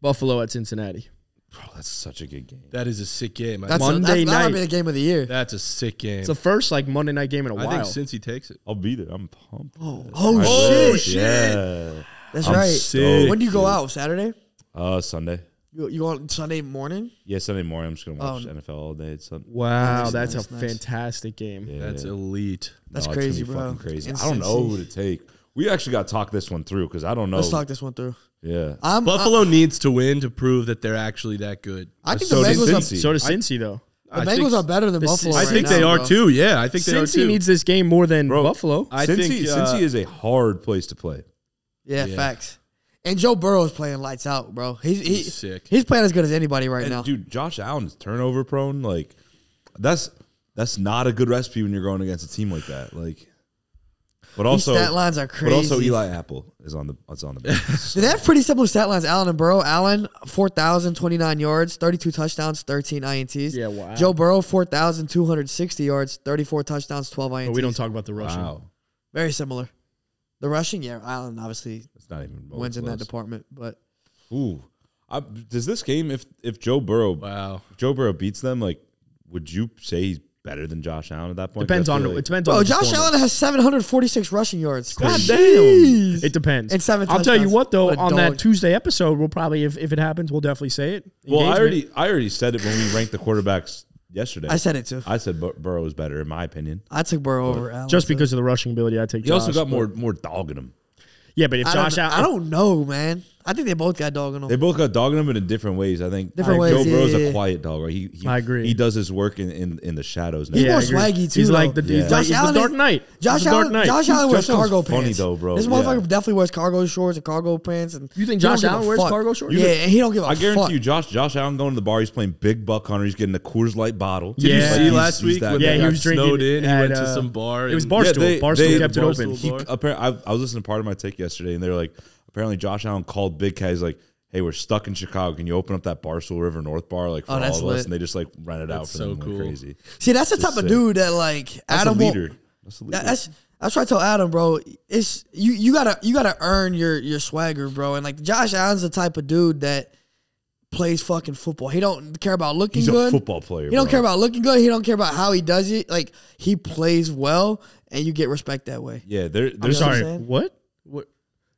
Speaker 1: Buffalo at Cincinnati.
Speaker 3: Bro, that's such a good game.
Speaker 4: that is a sick game. I-
Speaker 2: that's
Speaker 1: Monday
Speaker 2: a, that's That
Speaker 1: night.
Speaker 2: might be the game of the year.
Speaker 4: that's a sick game.
Speaker 1: It's the first like Monday night game in a
Speaker 4: I
Speaker 1: while.
Speaker 4: think since he takes it.
Speaker 3: I'll be there. I'm pumped.
Speaker 2: Oh, oh
Speaker 3: I
Speaker 2: shit!
Speaker 3: wish, Yeah.
Speaker 2: That's
Speaker 3: I'm
Speaker 2: right.
Speaker 3: sick,
Speaker 2: when do you go
Speaker 3: dude.
Speaker 2: out? Saturday?
Speaker 3: Uh, Sunday.
Speaker 2: You, you on Sunday morning?
Speaker 3: Yeah, Sunday morning. I'm just gonna watch
Speaker 2: Oh.
Speaker 3: NFL all day. It's Sunday.
Speaker 1: wow,
Speaker 2: Nice,
Speaker 1: that's
Speaker 2: nice,
Speaker 1: a
Speaker 2: nice.
Speaker 1: fantastic game.
Speaker 3: Yeah.
Speaker 4: That's elite.
Speaker 2: That's
Speaker 3: it's gonna
Speaker 2: crazy,
Speaker 3: be
Speaker 2: bro.
Speaker 3: fucking Crazy.
Speaker 2: And
Speaker 3: I don't know who
Speaker 2: Cincy.
Speaker 3: to take. We actually got to talk this one through because I don't know.
Speaker 2: Let's talk this one through.
Speaker 3: Yeah.
Speaker 2: I'm
Speaker 4: Buffalo needs to win to prove that they're actually that good.
Speaker 2: I, I think
Speaker 3: so
Speaker 2: the
Speaker 3: does
Speaker 2: Bengals,
Speaker 3: Cincy.
Speaker 1: So does Cincy though.
Speaker 2: are, the
Speaker 4: I think-
Speaker 2: Bengals are better than
Speaker 1: This
Speaker 2: Buffalo.
Speaker 1: is-
Speaker 4: I
Speaker 2: right
Speaker 4: think
Speaker 2: now,
Speaker 4: they are
Speaker 2: bro.
Speaker 4: too. Yeah, I think they are
Speaker 1: Cincy
Speaker 4: too.
Speaker 1: needs this game more than Buffalo.
Speaker 4: I
Speaker 3: Cincy,
Speaker 4: think uh,
Speaker 3: Cincy is a hard place to play.
Speaker 2: Yeah,
Speaker 4: Yeah.
Speaker 2: facts. And Joe Burrow is playing lights out, bro. He's he,
Speaker 4: He's sick.
Speaker 2: He's playing as good as anybody right
Speaker 3: And
Speaker 2: now.
Speaker 3: dude, Josh Allen is turnover prone. Like, that's that's not a good recipe when you're going against a team like that. Like, but
Speaker 2: These
Speaker 3: also
Speaker 2: stat lines are crazy.
Speaker 3: But also Eli Apple is on the is on the bench.
Speaker 2: So they have pretty similar stat lines. Allen and Burrow. Allen, 4,029 yards, 32 touchdowns, 13 INTs.
Speaker 1: Yeah, wow.
Speaker 2: Joe Burrow, 4,260 yards, 34 touchdowns, 12 INTs.
Speaker 1: But we don't talk about the rushing.
Speaker 3: wow,
Speaker 2: Very similar. The rushing, yeah, Allen obviously
Speaker 3: it's not even remotely
Speaker 2: wins in that
Speaker 3: close.
Speaker 2: department. But
Speaker 3: Ooh, I, does this game if if Joe Burrow
Speaker 4: wow.
Speaker 3: if Joe Burrow beats them like would you say he's better than Josh Allen at that point?
Speaker 1: Depends
Speaker 3: 'Cause I
Speaker 1: on
Speaker 3: feel
Speaker 1: it
Speaker 3: like-
Speaker 1: depends on.
Speaker 2: bro,
Speaker 1: the
Speaker 2: Oh, Josh
Speaker 1: performance.
Speaker 2: Allen has 746 rushing yards.
Speaker 3: God
Speaker 2: Jeez.
Speaker 3: damn.
Speaker 1: It depends.
Speaker 2: And seven
Speaker 1: I'll tell you
Speaker 2: touchdowns.
Speaker 1: what though,
Speaker 2: What a
Speaker 1: on that
Speaker 2: dog.
Speaker 1: Tuesday episode, we'll probably if, if it happens, we'll definitely say it.
Speaker 3: Well, I
Speaker 1: Engagement.
Speaker 3: already I already said it when we ranked the quarterbacks yesterday.
Speaker 2: I said it too.
Speaker 3: I said Bur- Burrow is better in my opinion.
Speaker 2: I took Burrow over Allen.
Speaker 1: just
Speaker 2: so-
Speaker 1: because of the rushing ability, I take.
Speaker 3: He also
Speaker 1: Josh,
Speaker 3: got
Speaker 1: but-
Speaker 3: more more dog in him.
Speaker 1: Yeah, but if
Speaker 2: I
Speaker 1: Josh
Speaker 2: don't,
Speaker 1: Allen,
Speaker 2: I don't know, man. I think they both got dog on
Speaker 3: They
Speaker 2: them.
Speaker 3: both got dogging him, but in different ways. I think
Speaker 2: Different
Speaker 3: like,
Speaker 2: ways,
Speaker 3: Joe
Speaker 2: yeah,
Speaker 3: Bro's
Speaker 2: yeah, yeah.
Speaker 3: a quiet dog, right? He, he
Speaker 1: I agree.
Speaker 3: He does his work in in, in the shadows. Now.
Speaker 2: He's
Speaker 1: Yeah,
Speaker 2: more
Speaker 1: I agree.
Speaker 2: swaggy too.
Speaker 1: He's
Speaker 2: though.
Speaker 1: like the- he's Yeah. like- he's the Dark Knight.
Speaker 2: Josh
Speaker 1: He's the Dark
Speaker 2: Allen.
Speaker 1: Knight.
Speaker 2: Josh
Speaker 1: He's-
Speaker 2: Allen wears
Speaker 3: Josh Allen's
Speaker 2: cargo
Speaker 3: funny
Speaker 2: pants.
Speaker 3: though, bro.
Speaker 2: This
Speaker 3: Yeah.
Speaker 2: motherfucker definitely wears cargo shorts and cargo pants. And
Speaker 1: You think
Speaker 2: he don't
Speaker 1: Josh
Speaker 2: give a
Speaker 1: Allen wears
Speaker 2: fuck.
Speaker 1: cargo shorts?
Speaker 2: Yeah, and he don't give a
Speaker 3: I guarantee
Speaker 2: fuck.
Speaker 3: you, Josh. Josh Allen going to the bar. He's playing big buck hunter. He's getting the Coors Light bottle.
Speaker 1: Did you
Speaker 3: Like,
Speaker 1: Yeah.
Speaker 4: See
Speaker 3: he's-
Speaker 4: last
Speaker 3: he's
Speaker 4: week
Speaker 3: that
Speaker 4: when
Speaker 1: Yeah,
Speaker 3: guy.
Speaker 4: they
Speaker 1: he
Speaker 4: got
Speaker 1: was drinking
Speaker 4: snowed in, he
Speaker 1: at,
Speaker 4: went to
Speaker 1: uh,
Speaker 4: some bar.
Speaker 1: it was
Speaker 4: and-
Speaker 1: bar- Barstool. Barstool kept it
Speaker 3: Barstool
Speaker 1: open.
Speaker 3: He,
Speaker 4: bar.
Speaker 3: appar- I, I was listening to part of my take yesterday, and they were like, apparently Josh Allen called Big Cat. He's like, hey, we're stuck in Chicago. Can you open up that Barstool River North bar like for
Speaker 2: Oh,
Speaker 3: all
Speaker 2: that's
Speaker 3: of
Speaker 2: lit.
Speaker 3: us? And they just like rented out
Speaker 4: That's
Speaker 3: for
Speaker 4: so
Speaker 3: them. Like,
Speaker 4: cool.
Speaker 3: Crazy.
Speaker 2: See, that's the
Speaker 3: Just
Speaker 2: type of
Speaker 3: sick.
Speaker 2: dude that like
Speaker 3: That's
Speaker 2: Adam
Speaker 3: a
Speaker 2: won't-
Speaker 3: leader. That's a leader.
Speaker 2: That- That's that's what I tell Adam, bro. It's you you gotta you gotta earn your your swagger, bro. And like Josh Allen's the type of dude that plays fucking football. He don't care about looking
Speaker 3: he's
Speaker 2: good.
Speaker 3: a football player.
Speaker 2: He don't
Speaker 3: bro.
Speaker 2: care about looking good. He don't care about how he does it. Like he plays well, and you get respect that way.
Speaker 3: Yeah, there,
Speaker 1: I'm
Speaker 3: there's some-
Speaker 1: sorry.
Speaker 2: saying?
Speaker 1: What? What?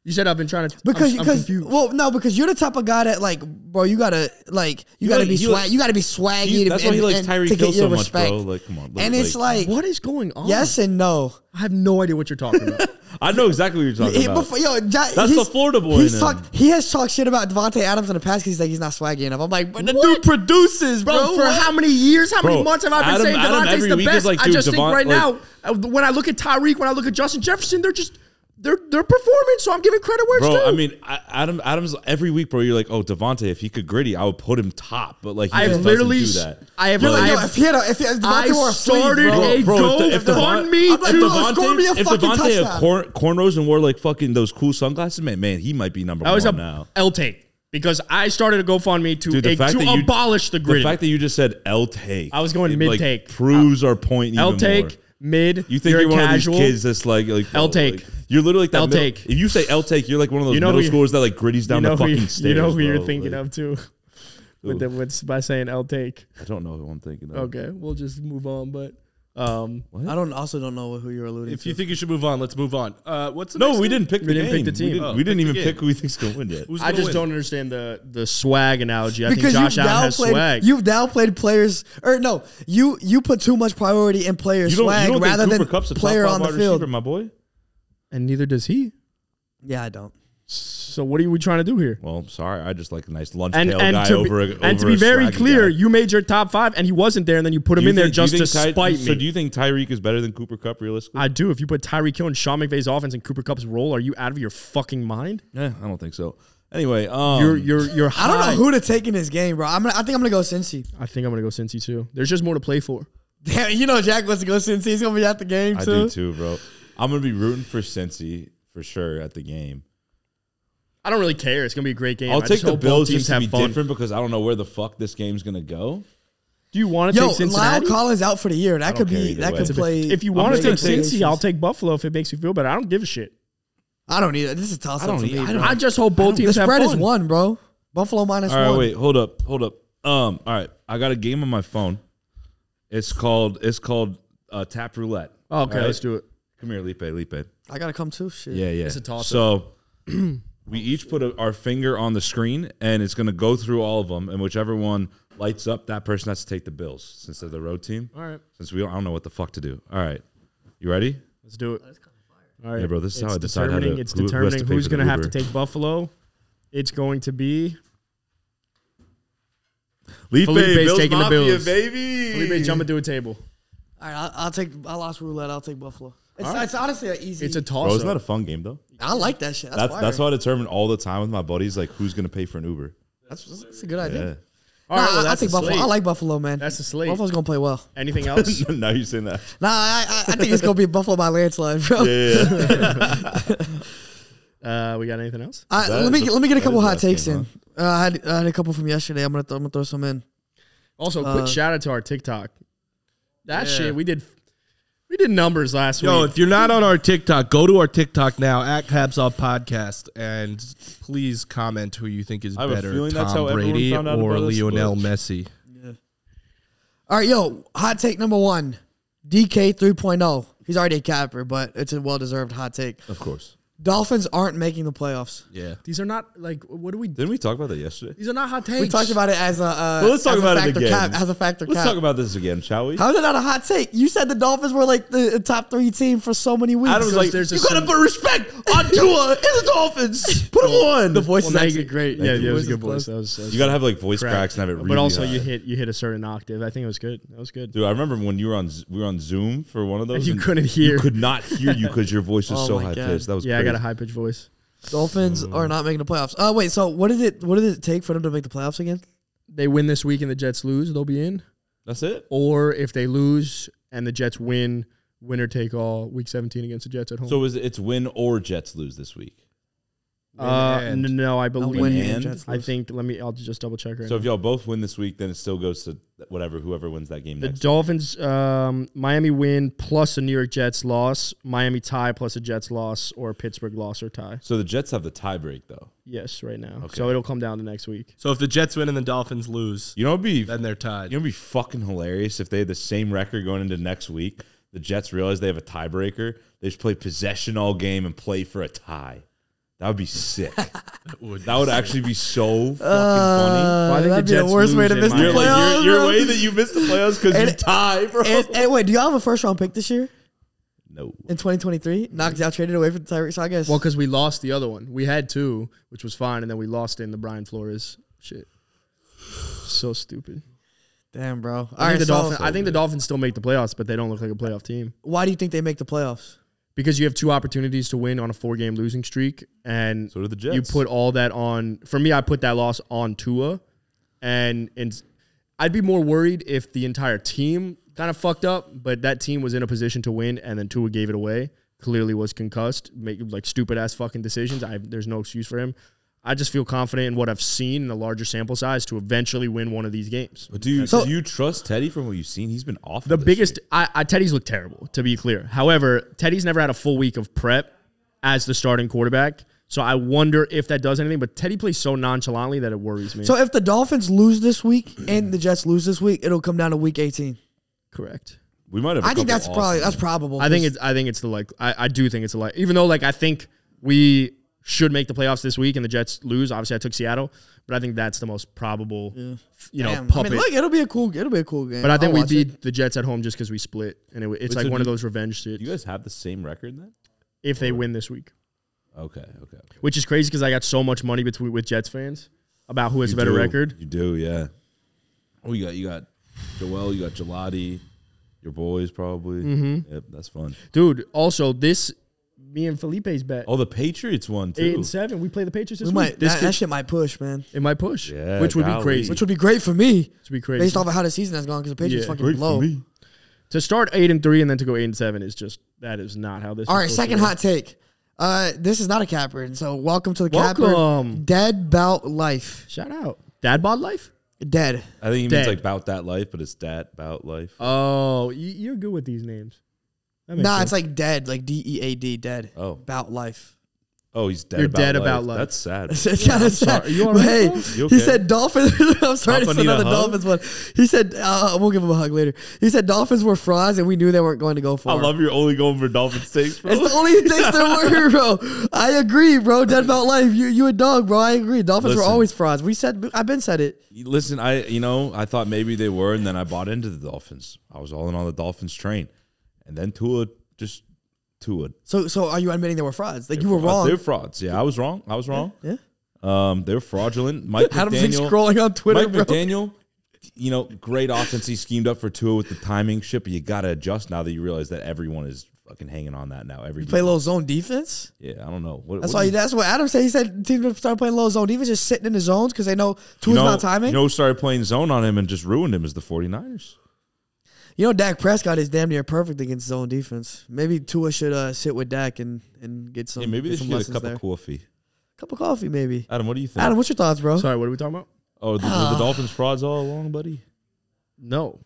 Speaker 1: You said I've been trying to
Speaker 2: Because
Speaker 1: I'm, I'm
Speaker 2: because
Speaker 1: confused.
Speaker 2: well no because you're the type of guy that like bro you gotta like you, gotta
Speaker 3: like-
Speaker 2: be
Speaker 3: he
Speaker 2: swag
Speaker 3: like-
Speaker 2: you gotta be swaggy.
Speaker 3: He-
Speaker 2: to-
Speaker 3: that's why he
Speaker 2: and-
Speaker 3: likes
Speaker 2: and
Speaker 3: Tyreek
Speaker 2: to get
Speaker 3: Hill
Speaker 2: your
Speaker 3: so much,
Speaker 2: respect.
Speaker 3: bro. Like, come on, look,
Speaker 2: And it's like
Speaker 1: what is going on?
Speaker 2: yes and no.
Speaker 1: I have no idea what you're talking about.
Speaker 3: I know exactly what you're talking
Speaker 2: He-
Speaker 3: about.
Speaker 2: before- yo, Ja-
Speaker 3: That's
Speaker 2: he's-
Speaker 3: the Florida boy
Speaker 2: He's
Speaker 3: then.
Speaker 2: talked, he has talked shit about Devontae Adams in the past. 'cause He's like, he's not swaggy enough. I'm like, but the dude produces, bro.
Speaker 1: Bro, for
Speaker 2: what?
Speaker 1: how many years, how many
Speaker 3: Bro,
Speaker 1: months have I been
Speaker 3: Adam-
Speaker 1: saying
Speaker 3: Adam
Speaker 1: Devontae's
Speaker 3: every
Speaker 1: the
Speaker 3: week is
Speaker 1: best?
Speaker 3: like,
Speaker 1: I
Speaker 3: dude,
Speaker 1: just
Speaker 3: Devon-
Speaker 1: think right
Speaker 3: like-
Speaker 1: now, uh, when I look at Tyreek, when I look at Justin Jefferson, they're just they're they're performing. So I'm giving credit where it's
Speaker 3: Bro,
Speaker 1: due.
Speaker 3: I mean, I, Adam, Adams every week, bro. You're like, oh, Devontae, if he could gritty, I would put him top. But like, he
Speaker 1: I have
Speaker 3: just doesn't
Speaker 1: literally,
Speaker 3: do
Speaker 1: s-
Speaker 3: that.
Speaker 1: I have,
Speaker 2: You're
Speaker 1: I
Speaker 2: like, yo,
Speaker 1: have-
Speaker 2: if he had a, if, he- if Devontae
Speaker 1: I
Speaker 2: wore a sleeve,
Speaker 1: started
Speaker 2: bro,
Speaker 1: a- GoFundMe
Speaker 3: Devon-
Speaker 2: to score
Speaker 3: Devontae,
Speaker 2: me a
Speaker 3: if
Speaker 2: fucking
Speaker 3: Devontae
Speaker 2: touchdown.
Speaker 3: had corn, cornrows and wore like fucking those cool sunglasses, man, man, he might be number
Speaker 1: I was a
Speaker 3: one now.
Speaker 1: L take because I started a GoFundMe to
Speaker 3: Dude, the
Speaker 1: eh,
Speaker 3: fact
Speaker 1: to
Speaker 3: that you-
Speaker 1: abolish the
Speaker 3: The
Speaker 1: grid.
Speaker 3: fact that you just said L take,
Speaker 1: I was going
Speaker 3: it,
Speaker 1: mid
Speaker 3: like,
Speaker 1: take.
Speaker 3: proves our point.
Speaker 1: L
Speaker 3: even more.
Speaker 1: take mid.
Speaker 3: You think you're,
Speaker 1: a
Speaker 3: one
Speaker 1: casual.
Speaker 3: of these kids that's like, like
Speaker 1: L
Speaker 3: oh,
Speaker 1: take.
Speaker 3: like- you're literally like that
Speaker 1: L
Speaker 3: middle-
Speaker 1: take.
Speaker 3: If you say L take, you're like one of those
Speaker 1: You know
Speaker 3: middle
Speaker 1: who you-
Speaker 3: schoolers that like gritties down
Speaker 1: You know
Speaker 3: the
Speaker 1: who
Speaker 3: fucking
Speaker 1: you-
Speaker 3: stairs.
Speaker 1: you know who you're
Speaker 3: bro.
Speaker 1: thinking
Speaker 3: Like,
Speaker 1: of too. With the, with, by saying L take.
Speaker 3: I don't know who I'm thinking of.
Speaker 1: Okay, we'll just move on. But um,
Speaker 2: I don't also don't know who you're alluding
Speaker 4: If
Speaker 2: to.
Speaker 4: you think you should move on, let's move on. Uh, what's the
Speaker 3: No,
Speaker 4: next
Speaker 3: we
Speaker 4: game?
Speaker 3: didn't pick the
Speaker 1: didn't pick
Speaker 3: game.
Speaker 1: the team.
Speaker 3: We didn't,
Speaker 1: Oh,
Speaker 3: we didn't
Speaker 4: pick the
Speaker 3: even
Speaker 4: game.
Speaker 3: pick who we think's gonna win yet.
Speaker 4: Who's
Speaker 1: I
Speaker 4: gonna
Speaker 1: just
Speaker 4: win?
Speaker 1: don't understand the the swag analogy. I
Speaker 2: because
Speaker 1: think Josh
Speaker 2: you've
Speaker 1: Allen has
Speaker 2: downplayed,
Speaker 1: swag.
Speaker 2: you've downplayed players, or no, you you put too much priority in player
Speaker 3: You don't,
Speaker 2: swag
Speaker 3: you don't
Speaker 2: rather
Speaker 3: think Cooper
Speaker 2: than
Speaker 3: Cup's a top
Speaker 2: player
Speaker 3: five
Speaker 2: on the
Speaker 3: wide
Speaker 2: field.
Speaker 3: receiver, my boy?
Speaker 1: and neither does he.
Speaker 2: Yeah, I don't.
Speaker 1: So what are we trying to do here?
Speaker 3: Well, sorry, I just like a nice lunch
Speaker 1: And
Speaker 3: pail
Speaker 1: and
Speaker 3: guy
Speaker 1: to,
Speaker 3: over a,
Speaker 1: be,
Speaker 3: over
Speaker 1: and to
Speaker 3: a
Speaker 1: be very
Speaker 3: swaggy
Speaker 1: clear,
Speaker 3: guy.
Speaker 1: you made your top five, and he wasn't there, and then you put him
Speaker 3: Do you
Speaker 1: in there
Speaker 3: think- do you
Speaker 1: just to
Speaker 3: think Ty-
Speaker 1: spite
Speaker 3: So
Speaker 1: me.
Speaker 3: do you think Tyreek is better than Cooper Cup realistically?
Speaker 1: I do. If you put Tyreek Hill and Sean McVay's offense in Cooper Cup's role, are you out of your fucking mind?
Speaker 3: Eh, I don't think so. Anyway, um,
Speaker 1: You're you're you're. High.
Speaker 2: I don't know who to take in this game, bro. I'm gonna, I think I'm gonna go Cincy.
Speaker 1: I think I'm gonna go Cincy too. There's just more to play for.
Speaker 2: Damn, you know Jack wants to go Cincy. He's gonna be at the game
Speaker 3: I
Speaker 2: too.
Speaker 3: do too, bro. I'm gonna be rooting for Cincy for sure at the game.
Speaker 1: I don't really care. It's gonna be a great game.
Speaker 3: I'll
Speaker 1: I
Speaker 3: take
Speaker 1: just
Speaker 3: the
Speaker 1: hope both
Speaker 3: Bills
Speaker 1: Teams
Speaker 3: just to
Speaker 1: have
Speaker 3: be
Speaker 1: fun.
Speaker 3: different because I don't know where the fuck this game's gonna go.
Speaker 1: Do you want to
Speaker 2: Yo,
Speaker 1: take
Speaker 2: Lyle
Speaker 1: Cincinnati?
Speaker 2: Collins out for the year. That could
Speaker 3: care
Speaker 2: be
Speaker 3: either
Speaker 2: that
Speaker 3: way.
Speaker 2: could play.
Speaker 1: If you
Speaker 3: I'm
Speaker 1: want to
Speaker 3: just
Speaker 1: take
Speaker 3: gonna take-
Speaker 1: Cincy, I'll take Buffalo if it makes you feel better. I don't give a shit.
Speaker 2: I don't need it. This is toss up
Speaker 3: don't
Speaker 2: to
Speaker 3: need-
Speaker 2: me.
Speaker 3: I
Speaker 2: bro.
Speaker 3: don't-
Speaker 1: I just hope both
Speaker 2: the
Speaker 1: teams have
Speaker 2: spread
Speaker 1: fun.
Speaker 2: is one, bro. Buffalo minus
Speaker 3: All right,
Speaker 2: one.
Speaker 3: wait, hold up, hold up. Um, all right, I got a game on my phone. It's called it's called uh, Tap Roulette.
Speaker 1: Oh, Okay,
Speaker 3: All right?
Speaker 1: let's do it.
Speaker 3: Come here, Lipe, Lipe.
Speaker 2: I gotta come too. Shit.
Speaker 3: Yeah, yeah.
Speaker 1: It's a toss-up.
Speaker 3: So we each put a, our finger on the screen, and it's going to go through all of them, and whichever one lights up, that person has to take the Bills since they're the road team. All
Speaker 1: right.
Speaker 3: Since we don't, I don't know what the fuck to do. All right, you ready?
Speaker 1: Let's do it.
Speaker 3: Oh,
Speaker 1: All right,
Speaker 3: Yeah, bro, this is
Speaker 1: it's
Speaker 3: how I decide how to-
Speaker 1: determining, It's
Speaker 3: who- who has to
Speaker 1: determining
Speaker 3: pay
Speaker 1: who's
Speaker 3: for the
Speaker 1: going to have to
Speaker 3: Uber.
Speaker 1: take Buffalo. It's going to be
Speaker 3: Lipe,
Speaker 1: Felipe's taking the
Speaker 3: Mafia,
Speaker 1: Bills.
Speaker 3: baby.
Speaker 1: Felipe jumping to a table.
Speaker 2: All right, I'll, I'll take. I lost roulette. I'll take Buffalo. It's, it's honestly an easy.
Speaker 1: It's a
Speaker 3: Bro,
Speaker 1: toss.
Speaker 3: isn't that a fun game though?
Speaker 2: I like that shit. That's
Speaker 3: That's
Speaker 2: fire.
Speaker 3: that's why I determine all the time with my buddies, like who's going to pay for an Uber.
Speaker 2: That's, that's a good idea.
Speaker 3: Yeah.
Speaker 1: All right, well,
Speaker 2: Nah, I- I
Speaker 1: that's
Speaker 2: think
Speaker 1: a
Speaker 2: Buffalo.
Speaker 1: slate.
Speaker 2: I like Buffalo, man.
Speaker 1: That's a slate.
Speaker 2: Buffalo's gonna play well.
Speaker 1: Anything else?
Speaker 3: now you're saying that.
Speaker 2: Nah, I, I, I think it's gonna be Buffalo by landslide, bro.
Speaker 3: Yeah.
Speaker 1: uh, we got anything else?
Speaker 2: I,
Speaker 3: That
Speaker 2: let me
Speaker 3: is a-
Speaker 2: let me get a
Speaker 3: that
Speaker 2: couple
Speaker 3: is
Speaker 2: hot
Speaker 3: last game,
Speaker 2: takes in. Uh, I, had, I had a couple from yesterday. I'm gonna throw, I'm gonna throw some in.
Speaker 1: Also,
Speaker 2: Uh,
Speaker 1: quick shout out to our TikTok. That
Speaker 4: Yeah.
Speaker 1: shit we did. We did numbers last
Speaker 4: Yo,
Speaker 1: week.
Speaker 4: if you're not on our TikTok, go to our TikTok now at Cabs Off Podcast and please comment who you think is
Speaker 3: I have a
Speaker 4: better, Tom
Speaker 3: feeling that's how everyone
Speaker 4: Brady
Speaker 3: found out
Speaker 4: or
Speaker 3: about us,
Speaker 4: Lionel
Speaker 3: but-
Speaker 4: Messi.
Speaker 2: All right, yo, hot take number oh. one. DK 3.0. He's already a capper, but it's a well deserved hot take.
Speaker 3: of course.
Speaker 2: Dolphins aren't making the playoffs.
Speaker 4: Yeah.
Speaker 1: These are not like what do we?
Speaker 3: Didn't we talk about that yesterday?
Speaker 1: These are not hot takes.
Speaker 2: We talked about it as a. Uh,
Speaker 3: Well, let's talk
Speaker 2: as a
Speaker 3: about it
Speaker 2: factor
Speaker 3: again.
Speaker 2: Cap, as a factor
Speaker 3: Let's
Speaker 2: cap.
Speaker 3: talk about this again, shall we?
Speaker 2: How is it not a hot take? You said the Dolphins were like the top three team for so many weeks.
Speaker 3: Adam's like,
Speaker 1: there's a
Speaker 3: you gotta
Speaker 1: sim-
Speaker 3: put respect on Tua and the Dolphins. Put them on.
Speaker 2: the voice is
Speaker 1: Well,
Speaker 2: actually
Speaker 1: thank-
Speaker 2: great.
Speaker 1: Yeah, yeah, it was
Speaker 2: Voice
Speaker 1: a good voice.
Speaker 2: is close.
Speaker 1: That was, that was
Speaker 3: You gotta have like voice
Speaker 1: crack.
Speaker 3: cracks and have it. Really
Speaker 1: but also,
Speaker 3: high.
Speaker 1: you hit you hit a certain octave. I think it was good. That was good.
Speaker 3: Dude, I remember when you were on Z- we were on Zoom for one of those.
Speaker 1: you couldn't hear.
Speaker 3: You could not hear you because your voice was
Speaker 2: Oh
Speaker 3: so
Speaker 2: my
Speaker 3: high
Speaker 2: God.
Speaker 3: pitched. That was
Speaker 1: Yeah, I
Speaker 3: crazy.
Speaker 1: got a high pitched voice.
Speaker 2: Dolphins
Speaker 1: Mm.
Speaker 2: are not making the playoffs. Uh, wait. So what did it? What did it take for them to make the playoffs again?
Speaker 1: They win this week and the Jets lose, they'll be in.
Speaker 3: That's it.
Speaker 1: Or if they lose and the Jets win, winner take all week 17 against the Jets at home.
Speaker 3: So is it- it's win or Jets lose this week.
Speaker 1: uh,
Speaker 4: Win and-
Speaker 1: n- no, I
Speaker 2: Not
Speaker 1: believe.
Speaker 2: winning
Speaker 3: and-
Speaker 2: Jets
Speaker 1: I
Speaker 2: lose.
Speaker 1: think. Let me. I'll just double check right
Speaker 3: So
Speaker 1: now.
Speaker 3: if y'all both win this week, then it still goes to whatever whoever wins that game
Speaker 1: The
Speaker 3: next.
Speaker 1: Dolphins, um, Miami win plus a New York Jets loss, Miami tie plus a Jets loss, or a Pittsburgh loss or tie.
Speaker 3: so the Jets have the tie break though.
Speaker 1: Yes, right now.
Speaker 3: Okay.
Speaker 1: So it'll come down to next week.
Speaker 4: So if the Jets win and the Dolphins lose,
Speaker 3: You know, it'd be
Speaker 4: then they're tied.
Speaker 3: you know, it'd be fucking hilarious if they had the same record going into next week. The Jets realize they have a tiebreaker. They just play possession all game and play for a tie. That would be sick. that
Speaker 4: would
Speaker 3: would actually be so fucking funny.
Speaker 2: Uh,
Speaker 1: I think
Speaker 2: that'd
Speaker 1: the
Speaker 2: be the
Speaker 1: Jets
Speaker 2: worst
Speaker 1: lose
Speaker 2: way to
Speaker 1: in
Speaker 2: miss the
Speaker 1: Miami.
Speaker 3: You're like,
Speaker 2: playoffs.
Speaker 3: your, your
Speaker 2: bro.
Speaker 3: way that you missed the playoffs because you
Speaker 2: And-
Speaker 3: tie, bro.
Speaker 2: and, and wait, do y'all have a first round pick this year
Speaker 3: no.
Speaker 2: in 2023? Knocked out, traded away for Tyreek. So I guess.
Speaker 1: Well, because we lost the other one. We had two, which was fine, and then we lost in the Brian Flores shit. So stupid.
Speaker 2: damn, bro. All
Speaker 1: I
Speaker 2: right.
Speaker 1: think, the,
Speaker 2: so
Speaker 1: Dolphins, I think the Dolphins still make the playoffs, but they don't look like a playoff team
Speaker 2: why do you think they make the playoffs?
Speaker 1: because you have two opportunities to win on a four-game losing streak, and
Speaker 3: So do the Jets.
Speaker 1: you put all that on. For me, I put that loss on Tua, and and I'd be more worried if the entire team kind of fucked up, but that team was in a position to win, and then Tua gave it away. Clearly was concussed, make like stupid ass fucking decisions. I there's no excuse for him. I just feel confident in what I've seen in a larger sample size to eventually win one of these games.
Speaker 3: But do you,
Speaker 2: So-
Speaker 3: do you trust Teddy from what you've seen? He's been off
Speaker 1: The biggest, I, I Teddy's looked terrible to be clear. However, Teddy's never had a full week of prep as the starting quarterback, so I wonder if that does anything. But Teddy plays so nonchalantly that it worries me.
Speaker 2: So if the Dolphins lose this week and the Jets lose this week, it'll come down to Week 18.
Speaker 1: correct.
Speaker 3: We might have. I
Speaker 2: I think that's probably that's probable.
Speaker 1: I think it's I think it's the like I, I do think it's the like even though like I think we should make the playoffs this week and the Jets lose. Obviously, I took Seattle, but I think that's the most probable. You know,
Speaker 2: Damn.
Speaker 1: puppet.
Speaker 2: I mean, look, it'll be a cool, it'll be a cool game.
Speaker 1: but I think
Speaker 2: I'll
Speaker 1: we
Speaker 2: watch it.
Speaker 1: beat the Jets at home just because we split, and it, it's
Speaker 3: Wait,
Speaker 1: like
Speaker 3: so
Speaker 1: one
Speaker 3: do
Speaker 1: of
Speaker 3: you-
Speaker 1: those revenge shit.
Speaker 3: You guys have the same record then?
Speaker 1: If they win this week,
Speaker 3: Okay, okay. okay.
Speaker 1: which is crazy because I got so much money between with Jets fans about who has
Speaker 3: You
Speaker 1: a better
Speaker 3: do.
Speaker 1: record.
Speaker 3: You do, yeah. Oh, you got you got Joel, you got Gelati, your boys probably. Yep, that's fun.
Speaker 1: Dude, also this me and Felipe's bet
Speaker 3: Oh, the Patriots won too.
Speaker 1: eight and seven. We play the Patriots this
Speaker 2: We
Speaker 1: week.
Speaker 2: might,
Speaker 1: this
Speaker 2: that,
Speaker 1: could,
Speaker 2: that shit might push, man.
Speaker 1: it might push,
Speaker 3: Yeah,
Speaker 1: which would be
Speaker 3: golly.
Speaker 1: crazy.
Speaker 2: Which would be great for me,
Speaker 1: Which would be crazy.
Speaker 2: based off of how the season has gone, because the Patriots
Speaker 1: Yeah.
Speaker 2: fucking
Speaker 3: Great
Speaker 2: blow.
Speaker 3: for me.
Speaker 1: to start eight and three and then to go eight and seven is just that is not how this.
Speaker 2: All
Speaker 1: is
Speaker 2: right,
Speaker 1: supposed
Speaker 2: second
Speaker 1: to go.
Speaker 2: hot take. Uh, this is not a Capron, so welcome to the
Speaker 1: Welcome.
Speaker 2: Capron. Dead bout life.
Speaker 1: shout out dad bod life.
Speaker 2: Dead.
Speaker 3: I think he means
Speaker 1: Dead.
Speaker 3: like about that life, but it's that about life.
Speaker 1: Oh, you, you're good with these names. That makes
Speaker 2: Nah,
Speaker 1: sense.
Speaker 2: it's like dead, like D E A D, dead.
Speaker 3: Oh.
Speaker 2: Bout life.
Speaker 3: Oh, he's dead.
Speaker 1: You're
Speaker 3: about
Speaker 1: dead
Speaker 3: life.
Speaker 1: about life.
Speaker 3: That's sad.
Speaker 2: It's kind of sad.
Speaker 1: sorry. You all right,
Speaker 2: But hey,
Speaker 1: bro?
Speaker 3: You
Speaker 2: he
Speaker 3: okay?
Speaker 2: said Dolphins. I'm sorry,
Speaker 3: Papa
Speaker 2: it's
Speaker 3: need a
Speaker 2: another
Speaker 3: hug?
Speaker 2: Dolphins one. He said, uh, we'll give him a hug later. He said Dolphins were frauds and we knew they weren't going to go for
Speaker 3: I
Speaker 2: him.
Speaker 3: love your only going for Dolphins takes, bro.
Speaker 2: It's the only things there were, bro. I agree, bro. Dead about life. You you a dog, bro. I agree. Dolphins were
Speaker 3: Listen.
Speaker 2: always frauds. We said I've been said it.
Speaker 3: Listen, I you know I thought maybe they were, and then I bought into the Dolphins. I was all in on the Dolphins train, and then Tua just Tua.
Speaker 2: So so are you admitting they were frauds? Like you were wrong.
Speaker 3: Uh, They're frauds. Yeah, I was wrong. I was wrong.
Speaker 2: yeah.
Speaker 3: Um, they're fraudulent. Mike
Speaker 2: Adam's like
Speaker 3: McDaniel.
Speaker 2: scrolling on Twitter,
Speaker 3: Mike
Speaker 2: bro.
Speaker 3: McDaniel. You know, great offense he schemed up for Tua with the timing shit, but you gotta adjust now that you realize that everyone is fucking hanging on that now. Every
Speaker 2: Play a little zone defense.
Speaker 3: yeah, I don't know. What,
Speaker 2: That's
Speaker 3: what
Speaker 2: why.
Speaker 3: is-
Speaker 2: That's what Adam said. He said teams start playing low zone, even just sitting in the zones because they know two's
Speaker 3: you know,
Speaker 2: not timing.
Speaker 3: You know, who started playing zone on him and just ruined him is the 49ers.
Speaker 2: You know, Dak Prescott is damn near perfect against zone defense. Maybe Tua should uh, sit with Dak and, and get some.
Speaker 3: Yeah, maybe
Speaker 2: get
Speaker 3: they
Speaker 2: some
Speaker 3: should get a
Speaker 2: lessons
Speaker 3: cup
Speaker 2: there.
Speaker 3: of coffee.
Speaker 2: cup of coffee, maybe.
Speaker 3: Adam, what do you think?
Speaker 2: Adam, what's your thoughts, bro?
Speaker 1: sorry. What are we talking about?
Speaker 3: Oh, the, were the Dolphins frauds all along, buddy.
Speaker 1: No,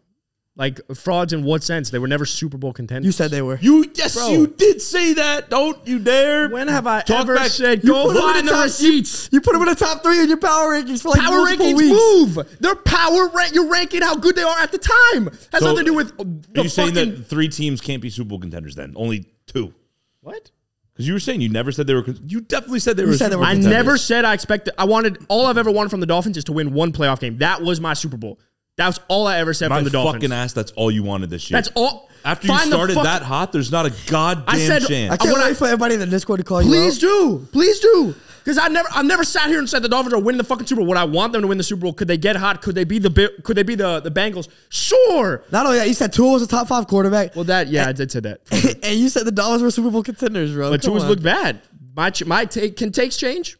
Speaker 1: like frauds in what sense? They were never Super Bowl contenders.
Speaker 2: You said they were.
Speaker 3: You yes,
Speaker 1: Bro.
Speaker 3: you did say that. Don't you dare.
Speaker 1: When have I
Speaker 3: Talk
Speaker 1: ever
Speaker 3: back.
Speaker 1: said
Speaker 3: You
Speaker 1: go
Speaker 2: put 'em in
Speaker 1: find
Speaker 2: the
Speaker 1: the
Speaker 2: top-
Speaker 1: receipts?
Speaker 2: You put him in the top three in your power rankings for like
Speaker 1: Power
Speaker 2: multiple
Speaker 1: rankings
Speaker 2: weeks.
Speaker 1: move. They're power rank. You're ranking how good they are at the time. Has
Speaker 3: So,
Speaker 1: nothing to do with uh,
Speaker 3: Are
Speaker 1: the
Speaker 3: you saying
Speaker 1: fucking
Speaker 3: that three teams can't be Super Bowl contenders? Then only two.
Speaker 1: what?
Speaker 3: Because you were saying you never said they were. con- You definitely said they were.
Speaker 2: said
Speaker 3: Super
Speaker 2: they were
Speaker 3: Bowl
Speaker 1: I
Speaker 2: contenders.
Speaker 1: never said I expected. I wanted all I've ever wanted from the Dolphins is to win one playoff game. That was my Super Bowl. That was all I ever said
Speaker 3: My
Speaker 1: from the Dolphins.
Speaker 3: fucking ass. That's all you wanted this year.
Speaker 1: That's all.
Speaker 3: After you
Speaker 1: Find the
Speaker 3: started
Speaker 1: fuck-
Speaker 3: that hot, there's not a goddamn
Speaker 1: I said-
Speaker 3: chance.
Speaker 2: I can't
Speaker 1: when
Speaker 2: wait
Speaker 1: I-
Speaker 2: for everybody in the Discord to call you.
Speaker 1: Please
Speaker 2: out.
Speaker 1: do. Please do. Because I never, I never sat here and said the Dolphins are winning the fucking Super Bowl. Would I want them to win the Super Bowl? Could they get hot? Could they be the? Bi- Could they be the the Bengals? Sure.
Speaker 2: Not only that, you said Tua was a top five quarterback,
Speaker 1: Well, that yeah, I did say that.
Speaker 2: and you said the Dolphins were Super Bowl contenders, bro.
Speaker 1: But
Speaker 2: Come
Speaker 1: Tua's
Speaker 2: on.
Speaker 1: looked bad. My ch- my take can takes change.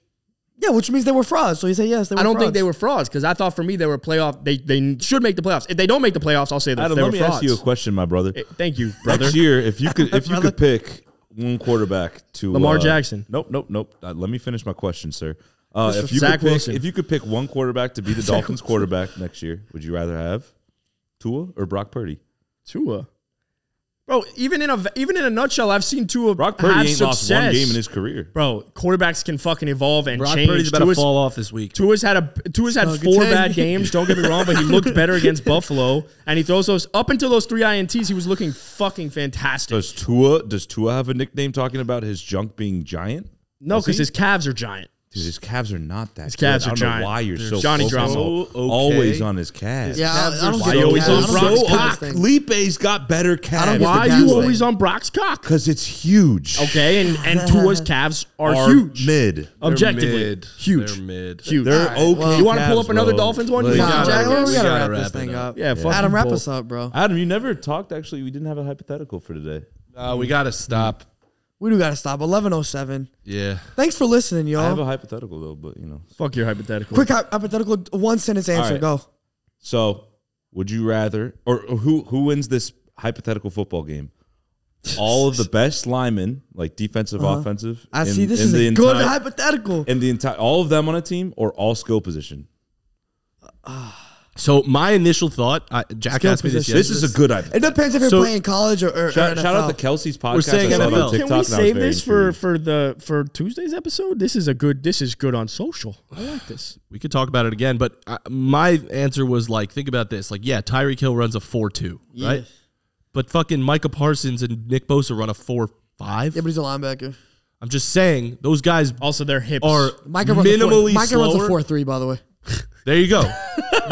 Speaker 2: Yeah, which means they were frauds. So you say yes. They were
Speaker 1: I don't think
Speaker 2: frauds.
Speaker 1: they were frauds because I thought for me they were playoff. They they should make the playoffs. If they don't make the playoffs, I'll say that
Speaker 3: Adam,
Speaker 1: they
Speaker 3: let
Speaker 1: were
Speaker 3: me
Speaker 1: frauds.
Speaker 3: ask you a question, my brother.
Speaker 1: Eh, Thank you, brother.
Speaker 3: Next year, if you could, if you
Speaker 2: Brother.
Speaker 3: could pick one quarterback to uh,
Speaker 1: Lamar Jackson.
Speaker 3: Nope, nope, nope. Uh, let me finish my question, sir. Uh, if you
Speaker 1: Zach
Speaker 3: could pick,
Speaker 1: Wilson.
Speaker 3: if you could pick one quarterback to be the Dolphins' quarterback next year, would you rather have Tua or Brock Purdy?
Speaker 1: Tua. Bro, even in a even in a nutshell, I've seen Tua
Speaker 3: Brock Purdy
Speaker 1: have
Speaker 3: ain't
Speaker 1: success.
Speaker 3: lost one game in his career.
Speaker 1: Bro, quarterbacks can fucking evolve and
Speaker 4: Brock
Speaker 1: change.
Speaker 4: Purdy's about to
Speaker 1: Tua's-
Speaker 4: fall off this week.
Speaker 1: Tua's had a Tua's had
Speaker 2: Snug
Speaker 1: four
Speaker 2: attack.
Speaker 1: bad games. Don't get me wrong, but he looked better against Buffalo, and he throws those up until those three ints. He was looking fucking fantastic.
Speaker 3: Does Tua does Tua have a nickname talking about his junk being giant?
Speaker 1: No,
Speaker 3: does
Speaker 1: because
Speaker 3: he?
Speaker 1: his calves are giant.
Speaker 3: Because his calves are not that. His
Speaker 1: calves are
Speaker 3: good. I don't
Speaker 1: giant.
Speaker 3: know why you're so
Speaker 1: Johnny
Speaker 3: focused
Speaker 1: Drama.
Speaker 3: on-
Speaker 4: So okay.
Speaker 3: always on his calves.
Speaker 2: Yeah, I, I don't
Speaker 1: Why
Speaker 2: get
Speaker 1: always
Speaker 2: the
Speaker 1: on
Speaker 2: Cavs. I
Speaker 1: Brock's
Speaker 2: don't get the Cavs
Speaker 1: cock?
Speaker 2: thing.
Speaker 3: Felipe's got better calves.
Speaker 2: don't get
Speaker 1: Why
Speaker 2: the
Speaker 1: are you
Speaker 2: calves
Speaker 1: always
Speaker 2: thing.
Speaker 1: on Brock's cock?
Speaker 3: Because it's huge.
Speaker 1: Okay, and and Tua's calves are,
Speaker 3: Are
Speaker 1: huge. Um,
Speaker 3: Mid.
Speaker 4: They're
Speaker 1: Objectively,
Speaker 4: mid.
Speaker 1: huge,
Speaker 4: They're mid.
Speaker 1: huge.
Speaker 3: They're okay.
Speaker 2: well-
Speaker 1: you want to pull
Speaker 3: calves,
Speaker 1: up another
Speaker 3: bro.
Speaker 1: Dolphins one?
Speaker 3: Like,
Speaker 1: You
Speaker 2: Nah,
Speaker 1: got
Speaker 2: bro,
Speaker 1: Jack-
Speaker 2: we, gotta
Speaker 4: We gotta
Speaker 2: wrap,
Speaker 4: wrap
Speaker 2: this
Speaker 4: it
Speaker 2: thing
Speaker 4: up.
Speaker 2: up.
Speaker 1: Yeah, fucking
Speaker 2: Adam, wrap
Speaker 1: pull.
Speaker 2: us up, bro.
Speaker 3: Adam, you never talked. Actually, we didn't have a hypothetical for today.
Speaker 4: Uh, we gotta stop.
Speaker 2: We do gotta stop. Eleven oh seven.
Speaker 4: Yeah.
Speaker 2: Thanks for listening,
Speaker 3: I have a
Speaker 2: y'all.
Speaker 3: hypothetical though, but you know.
Speaker 1: Fuck your hypothetical.
Speaker 2: Quick hy- hypothetical, one sentence answer.
Speaker 3: right.
Speaker 2: Go.
Speaker 3: So, would you rather, or, or who who wins this hypothetical football game? All of the best linemen, like defensive, offensive.
Speaker 2: Uh-huh. I
Speaker 3: in-
Speaker 2: see. This
Speaker 3: in
Speaker 2: is a
Speaker 3: the
Speaker 2: good
Speaker 3: entire-
Speaker 2: hypothetical.
Speaker 3: And the entire, all of them on a team, or all skill position.
Speaker 4: So my initial thought, I, Jack
Speaker 2: Skill
Speaker 4: asked me this
Speaker 2: position.
Speaker 4: yesterday.
Speaker 3: This is a good idea.
Speaker 2: It depends if you're
Speaker 4: So-
Speaker 2: playing college or, or,
Speaker 3: Shout,
Speaker 2: or
Speaker 3: shout out
Speaker 2: NFL.
Speaker 3: to Kelsey's podcast.
Speaker 4: saying
Speaker 3: I saw it
Speaker 4: NFL.
Speaker 3: on TikTok,
Speaker 4: Can
Speaker 1: Can we
Speaker 3: and I was
Speaker 1: save
Speaker 3: very
Speaker 1: this for,
Speaker 3: intrigued.
Speaker 1: for the for Tuesday's episode? This is a good. This is good on social. I like this.
Speaker 4: we could talk about it again, but I, my answer was like, think about this. Like, yeah, Tyreek Hill runs a 4 2, right? But fucking Micah Parsons and Nick Bosa run a 4 5.
Speaker 2: Yeah, but he's a linebacker.
Speaker 4: I'm just saying, those guys
Speaker 1: Also, their hips
Speaker 4: are
Speaker 2: Micah runs
Speaker 4: minimally
Speaker 2: a four, Micah
Speaker 4: slower.
Speaker 2: runs a four three, by the way.
Speaker 4: There you go.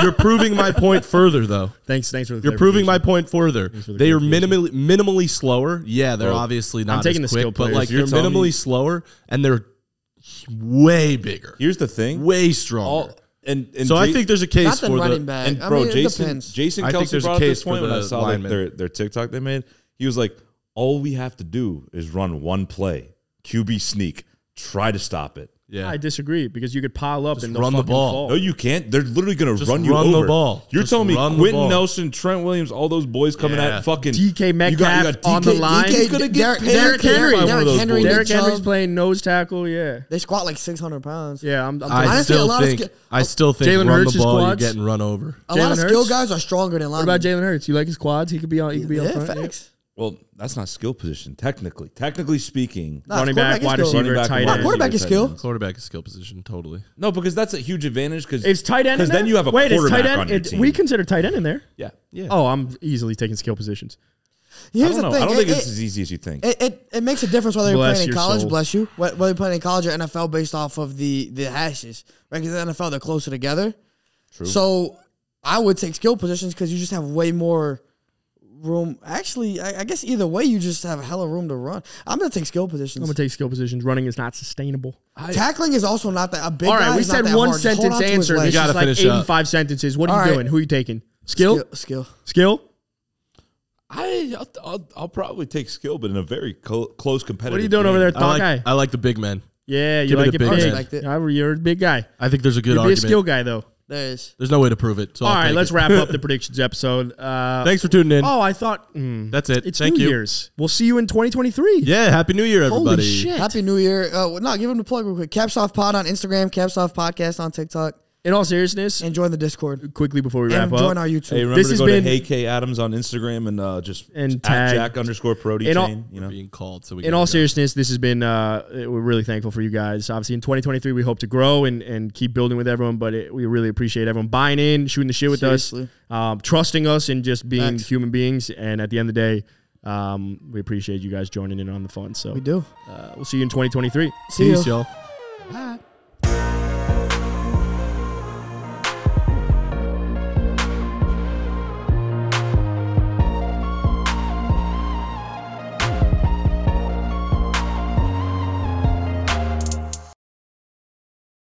Speaker 4: You're proving my point further, though.
Speaker 1: Thanks, thanks for the
Speaker 4: You're proving my point further. They are minimally minimally slower. Yeah, they're obviously not
Speaker 1: taking
Speaker 4: as
Speaker 1: the
Speaker 4: quick,
Speaker 1: skill
Speaker 4: but
Speaker 1: players.
Speaker 4: like
Speaker 3: You're
Speaker 4: they're
Speaker 3: telling
Speaker 4: minimally
Speaker 3: me-
Speaker 4: slower and they're way bigger,
Speaker 3: Here's the thing.
Speaker 4: way stronger.
Speaker 3: all, and, and
Speaker 4: so I
Speaker 3: Jay-
Speaker 4: think there's a case
Speaker 2: Not the
Speaker 4: for
Speaker 2: running
Speaker 4: the
Speaker 2: back.
Speaker 3: And
Speaker 2: I
Speaker 3: bro,
Speaker 2: mean, it
Speaker 3: Jason,
Speaker 2: depends.
Speaker 3: Jason
Speaker 4: I think
Speaker 3: Kelsey
Speaker 4: there's a
Speaker 3: brought up
Speaker 4: case
Speaker 3: this
Speaker 4: for
Speaker 3: point when I
Speaker 4: the
Speaker 3: saw like,
Speaker 4: linemen.
Speaker 3: their their TikTok they made. He was like, "All we have to do is run one play, QB sneak, try to stop it.
Speaker 4: yeah.
Speaker 1: I disagree because you could pile up and they'll
Speaker 4: run the
Speaker 1: fucking
Speaker 4: ball.
Speaker 1: fall.
Speaker 3: No, you can't. They're literally gonna
Speaker 4: Just
Speaker 3: run you
Speaker 4: run the
Speaker 3: over.
Speaker 4: ball.
Speaker 3: You're
Speaker 4: Just
Speaker 3: telling me
Speaker 4: run the
Speaker 3: Quentin
Speaker 4: ball.
Speaker 3: Nelson, Trent Williams, all those boys coming
Speaker 4: Yeah.
Speaker 3: at fucking
Speaker 1: DK
Speaker 3: You got- you
Speaker 1: Metcalf
Speaker 3: got
Speaker 1: on the
Speaker 3: DK
Speaker 1: line.
Speaker 3: DK 's gonna get
Speaker 2: Derrick-
Speaker 3: picked
Speaker 2: Derrick
Speaker 3: by
Speaker 2: Henry-
Speaker 3: one of
Speaker 2: Derrick
Speaker 3: those
Speaker 2: Henry
Speaker 3: boys.
Speaker 2: did-
Speaker 1: Derrick
Speaker 2: Nick
Speaker 1: Henry's
Speaker 2: Chubb.
Speaker 1: playing nose tackle. Yeah,
Speaker 2: They squat like six hundred pounds.
Speaker 1: yeah. I'm. I'm
Speaker 4: I
Speaker 2: Honestly, a
Speaker 4: still
Speaker 2: lot of
Speaker 4: think
Speaker 2: skill-
Speaker 4: I still think
Speaker 1: Jalen
Speaker 4: run
Speaker 1: Hurts'
Speaker 4: the ball. You're
Speaker 1: quads.
Speaker 4: getting run over.
Speaker 2: A lot of
Speaker 1: Jalen
Speaker 2: skill
Speaker 1: Hurts?
Speaker 2: guys are stronger than
Speaker 1: what about Jalen
Speaker 2: linemen.
Speaker 1: Hurts? You like his quads? He could be on. He could be on
Speaker 2: Yeah,
Speaker 1: front. yeah.
Speaker 2: facts.
Speaker 3: Well, that's not skill position technically. Technically speaking,
Speaker 2: Nah,
Speaker 1: Running
Speaker 2: quarterback
Speaker 1: back,
Speaker 2: is
Speaker 1: wide
Speaker 2: skill.
Speaker 1: receiver,
Speaker 3: Running
Speaker 1: tight
Speaker 3: back,
Speaker 2: Nah,
Speaker 3: wide
Speaker 1: end.
Speaker 3: receiver.
Speaker 2: quarterback is
Speaker 3: tight
Speaker 2: skill.
Speaker 3: ends.
Speaker 4: Quarterback is skill position, totally.
Speaker 3: no, because that's a huge advantage. Because
Speaker 1: It's tight end.
Speaker 3: Because
Speaker 1: in
Speaker 3: then
Speaker 1: there?
Speaker 3: you have a
Speaker 1: Wait, it's
Speaker 3: quarterback
Speaker 1: tight end.
Speaker 3: on your
Speaker 1: It-
Speaker 3: team.
Speaker 1: We consider tight end in there.
Speaker 3: yeah.
Speaker 4: Yeah.
Speaker 1: Oh, I'm easily taking skill positions.
Speaker 3: I
Speaker 2: Here's
Speaker 3: don't
Speaker 2: the
Speaker 3: know.
Speaker 2: thing.
Speaker 3: I don't
Speaker 2: it-
Speaker 3: think
Speaker 2: it-
Speaker 3: it's as easy as you think.
Speaker 2: It, it, it makes a difference whether you're
Speaker 1: Bless
Speaker 2: playing in
Speaker 1: your
Speaker 2: college,
Speaker 1: soul.
Speaker 2: bless you, wh- whether you're playing in college or NFL based off of the the hashes, right? Because in the NFL they're closer together. True. So I would take skill positions because you just have way more room. Actually, I, I guess either way, you just have a hell of room to run. I'm gonna take skill
Speaker 1: I'm
Speaker 2: positions.
Speaker 1: gonna take skill positions. Running is not sustainable.
Speaker 2: Tackling is also not that a big.
Speaker 1: All right,
Speaker 2: guy
Speaker 1: we
Speaker 2: is not
Speaker 1: said
Speaker 2: that
Speaker 1: one
Speaker 2: hard. Just hold
Speaker 1: sentence
Speaker 2: on to his
Speaker 1: answer. This
Speaker 2: legs.
Speaker 4: gotta
Speaker 1: is like
Speaker 4: finish up.
Speaker 1: 85 sentences. What are
Speaker 2: All
Speaker 1: you
Speaker 2: right.
Speaker 1: doing? Who are you taking? Skill,
Speaker 2: skill. skill.
Speaker 1: skill.
Speaker 3: I I'll, I'll, I'll probably take skill, but in a very co- close competitive.
Speaker 1: What are you doing over there,
Speaker 4: I
Speaker 1: thought guy?
Speaker 4: like I like the big men.
Speaker 1: Yeah, you
Speaker 4: Give me
Speaker 1: like
Speaker 4: the
Speaker 1: it
Speaker 4: big
Speaker 1: big.
Speaker 4: man.
Speaker 2: Respect it.
Speaker 1: Yeah, You're a big guy.
Speaker 4: I think there's a good
Speaker 1: You'd be a
Speaker 4: argument.
Speaker 1: skill guy though.
Speaker 2: There is.
Speaker 4: There's no way to prove it. So
Speaker 1: All
Speaker 4: I'll
Speaker 1: right,
Speaker 4: take
Speaker 1: let's
Speaker 4: it.
Speaker 1: wrap up the predictions episode. Uh,
Speaker 4: Thanks for tuning in.
Speaker 1: Oh, I thought mm,
Speaker 4: That's it.
Speaker 1: it's
Speaker 4: Thank
Speaker 1: New
Speaker 4: you.
Speaker 1: Year's. We'll see you in 2023.
Speaker 4: Yeah, happy New Year, everybody.
Speaker 1: Holy shit!
Speaker 2: Happy New Year. Uh, well, no, give him the plug real quick. Caps off pod on Instagram. Caps off podcast on TikTok.
Speaker 1: In all seriousness,
Speaker 2: And join the Discord.
Speaker 1: quickly before we wrap
Speaker 2: And join
Speaker 1: up,
Speaker 2: our YouTube.
Speaker 3: Hey, remember
Speaker 1: This
Speaker 3: to
Speaker 1: has
Speaker 3: go
Speaker 1: been-
Speaker 3: to Hey K Adams on Instagram and uh, just
Speaker 1: And
Speaker 3: at
Speaker 1: tag-
Speaker 3: Jack underscore Prody
Speaker 1: In all-
Speaker 3: chain. you know,
Speaker 4: Being called. So we
Speaker 1: in
Speaker 4: gotta
Speaker 1: all
Speaker 4: go.
Speaker 1: seriousness, this has been. Uh, we're really thankful for you guys. Obviously, in 2023, we hope to grow and, and keep building with everyone. But it, we really appreciate everyone buying in, shooting the shit with
Speaker 2: Seriously.
Speaker 1: us, um, trusting us, and just being
Speaker 2: Facts.
Speaker 1: human beings. And at the end of the day, Um, we appreciate you guys joining in on the fun. So
Speaker 2: We do.
Speaker 1: uh, we'll see you in 2023.
Speaker 2: See you.
Speaker 4: y'all.
Speaker 2: Bye.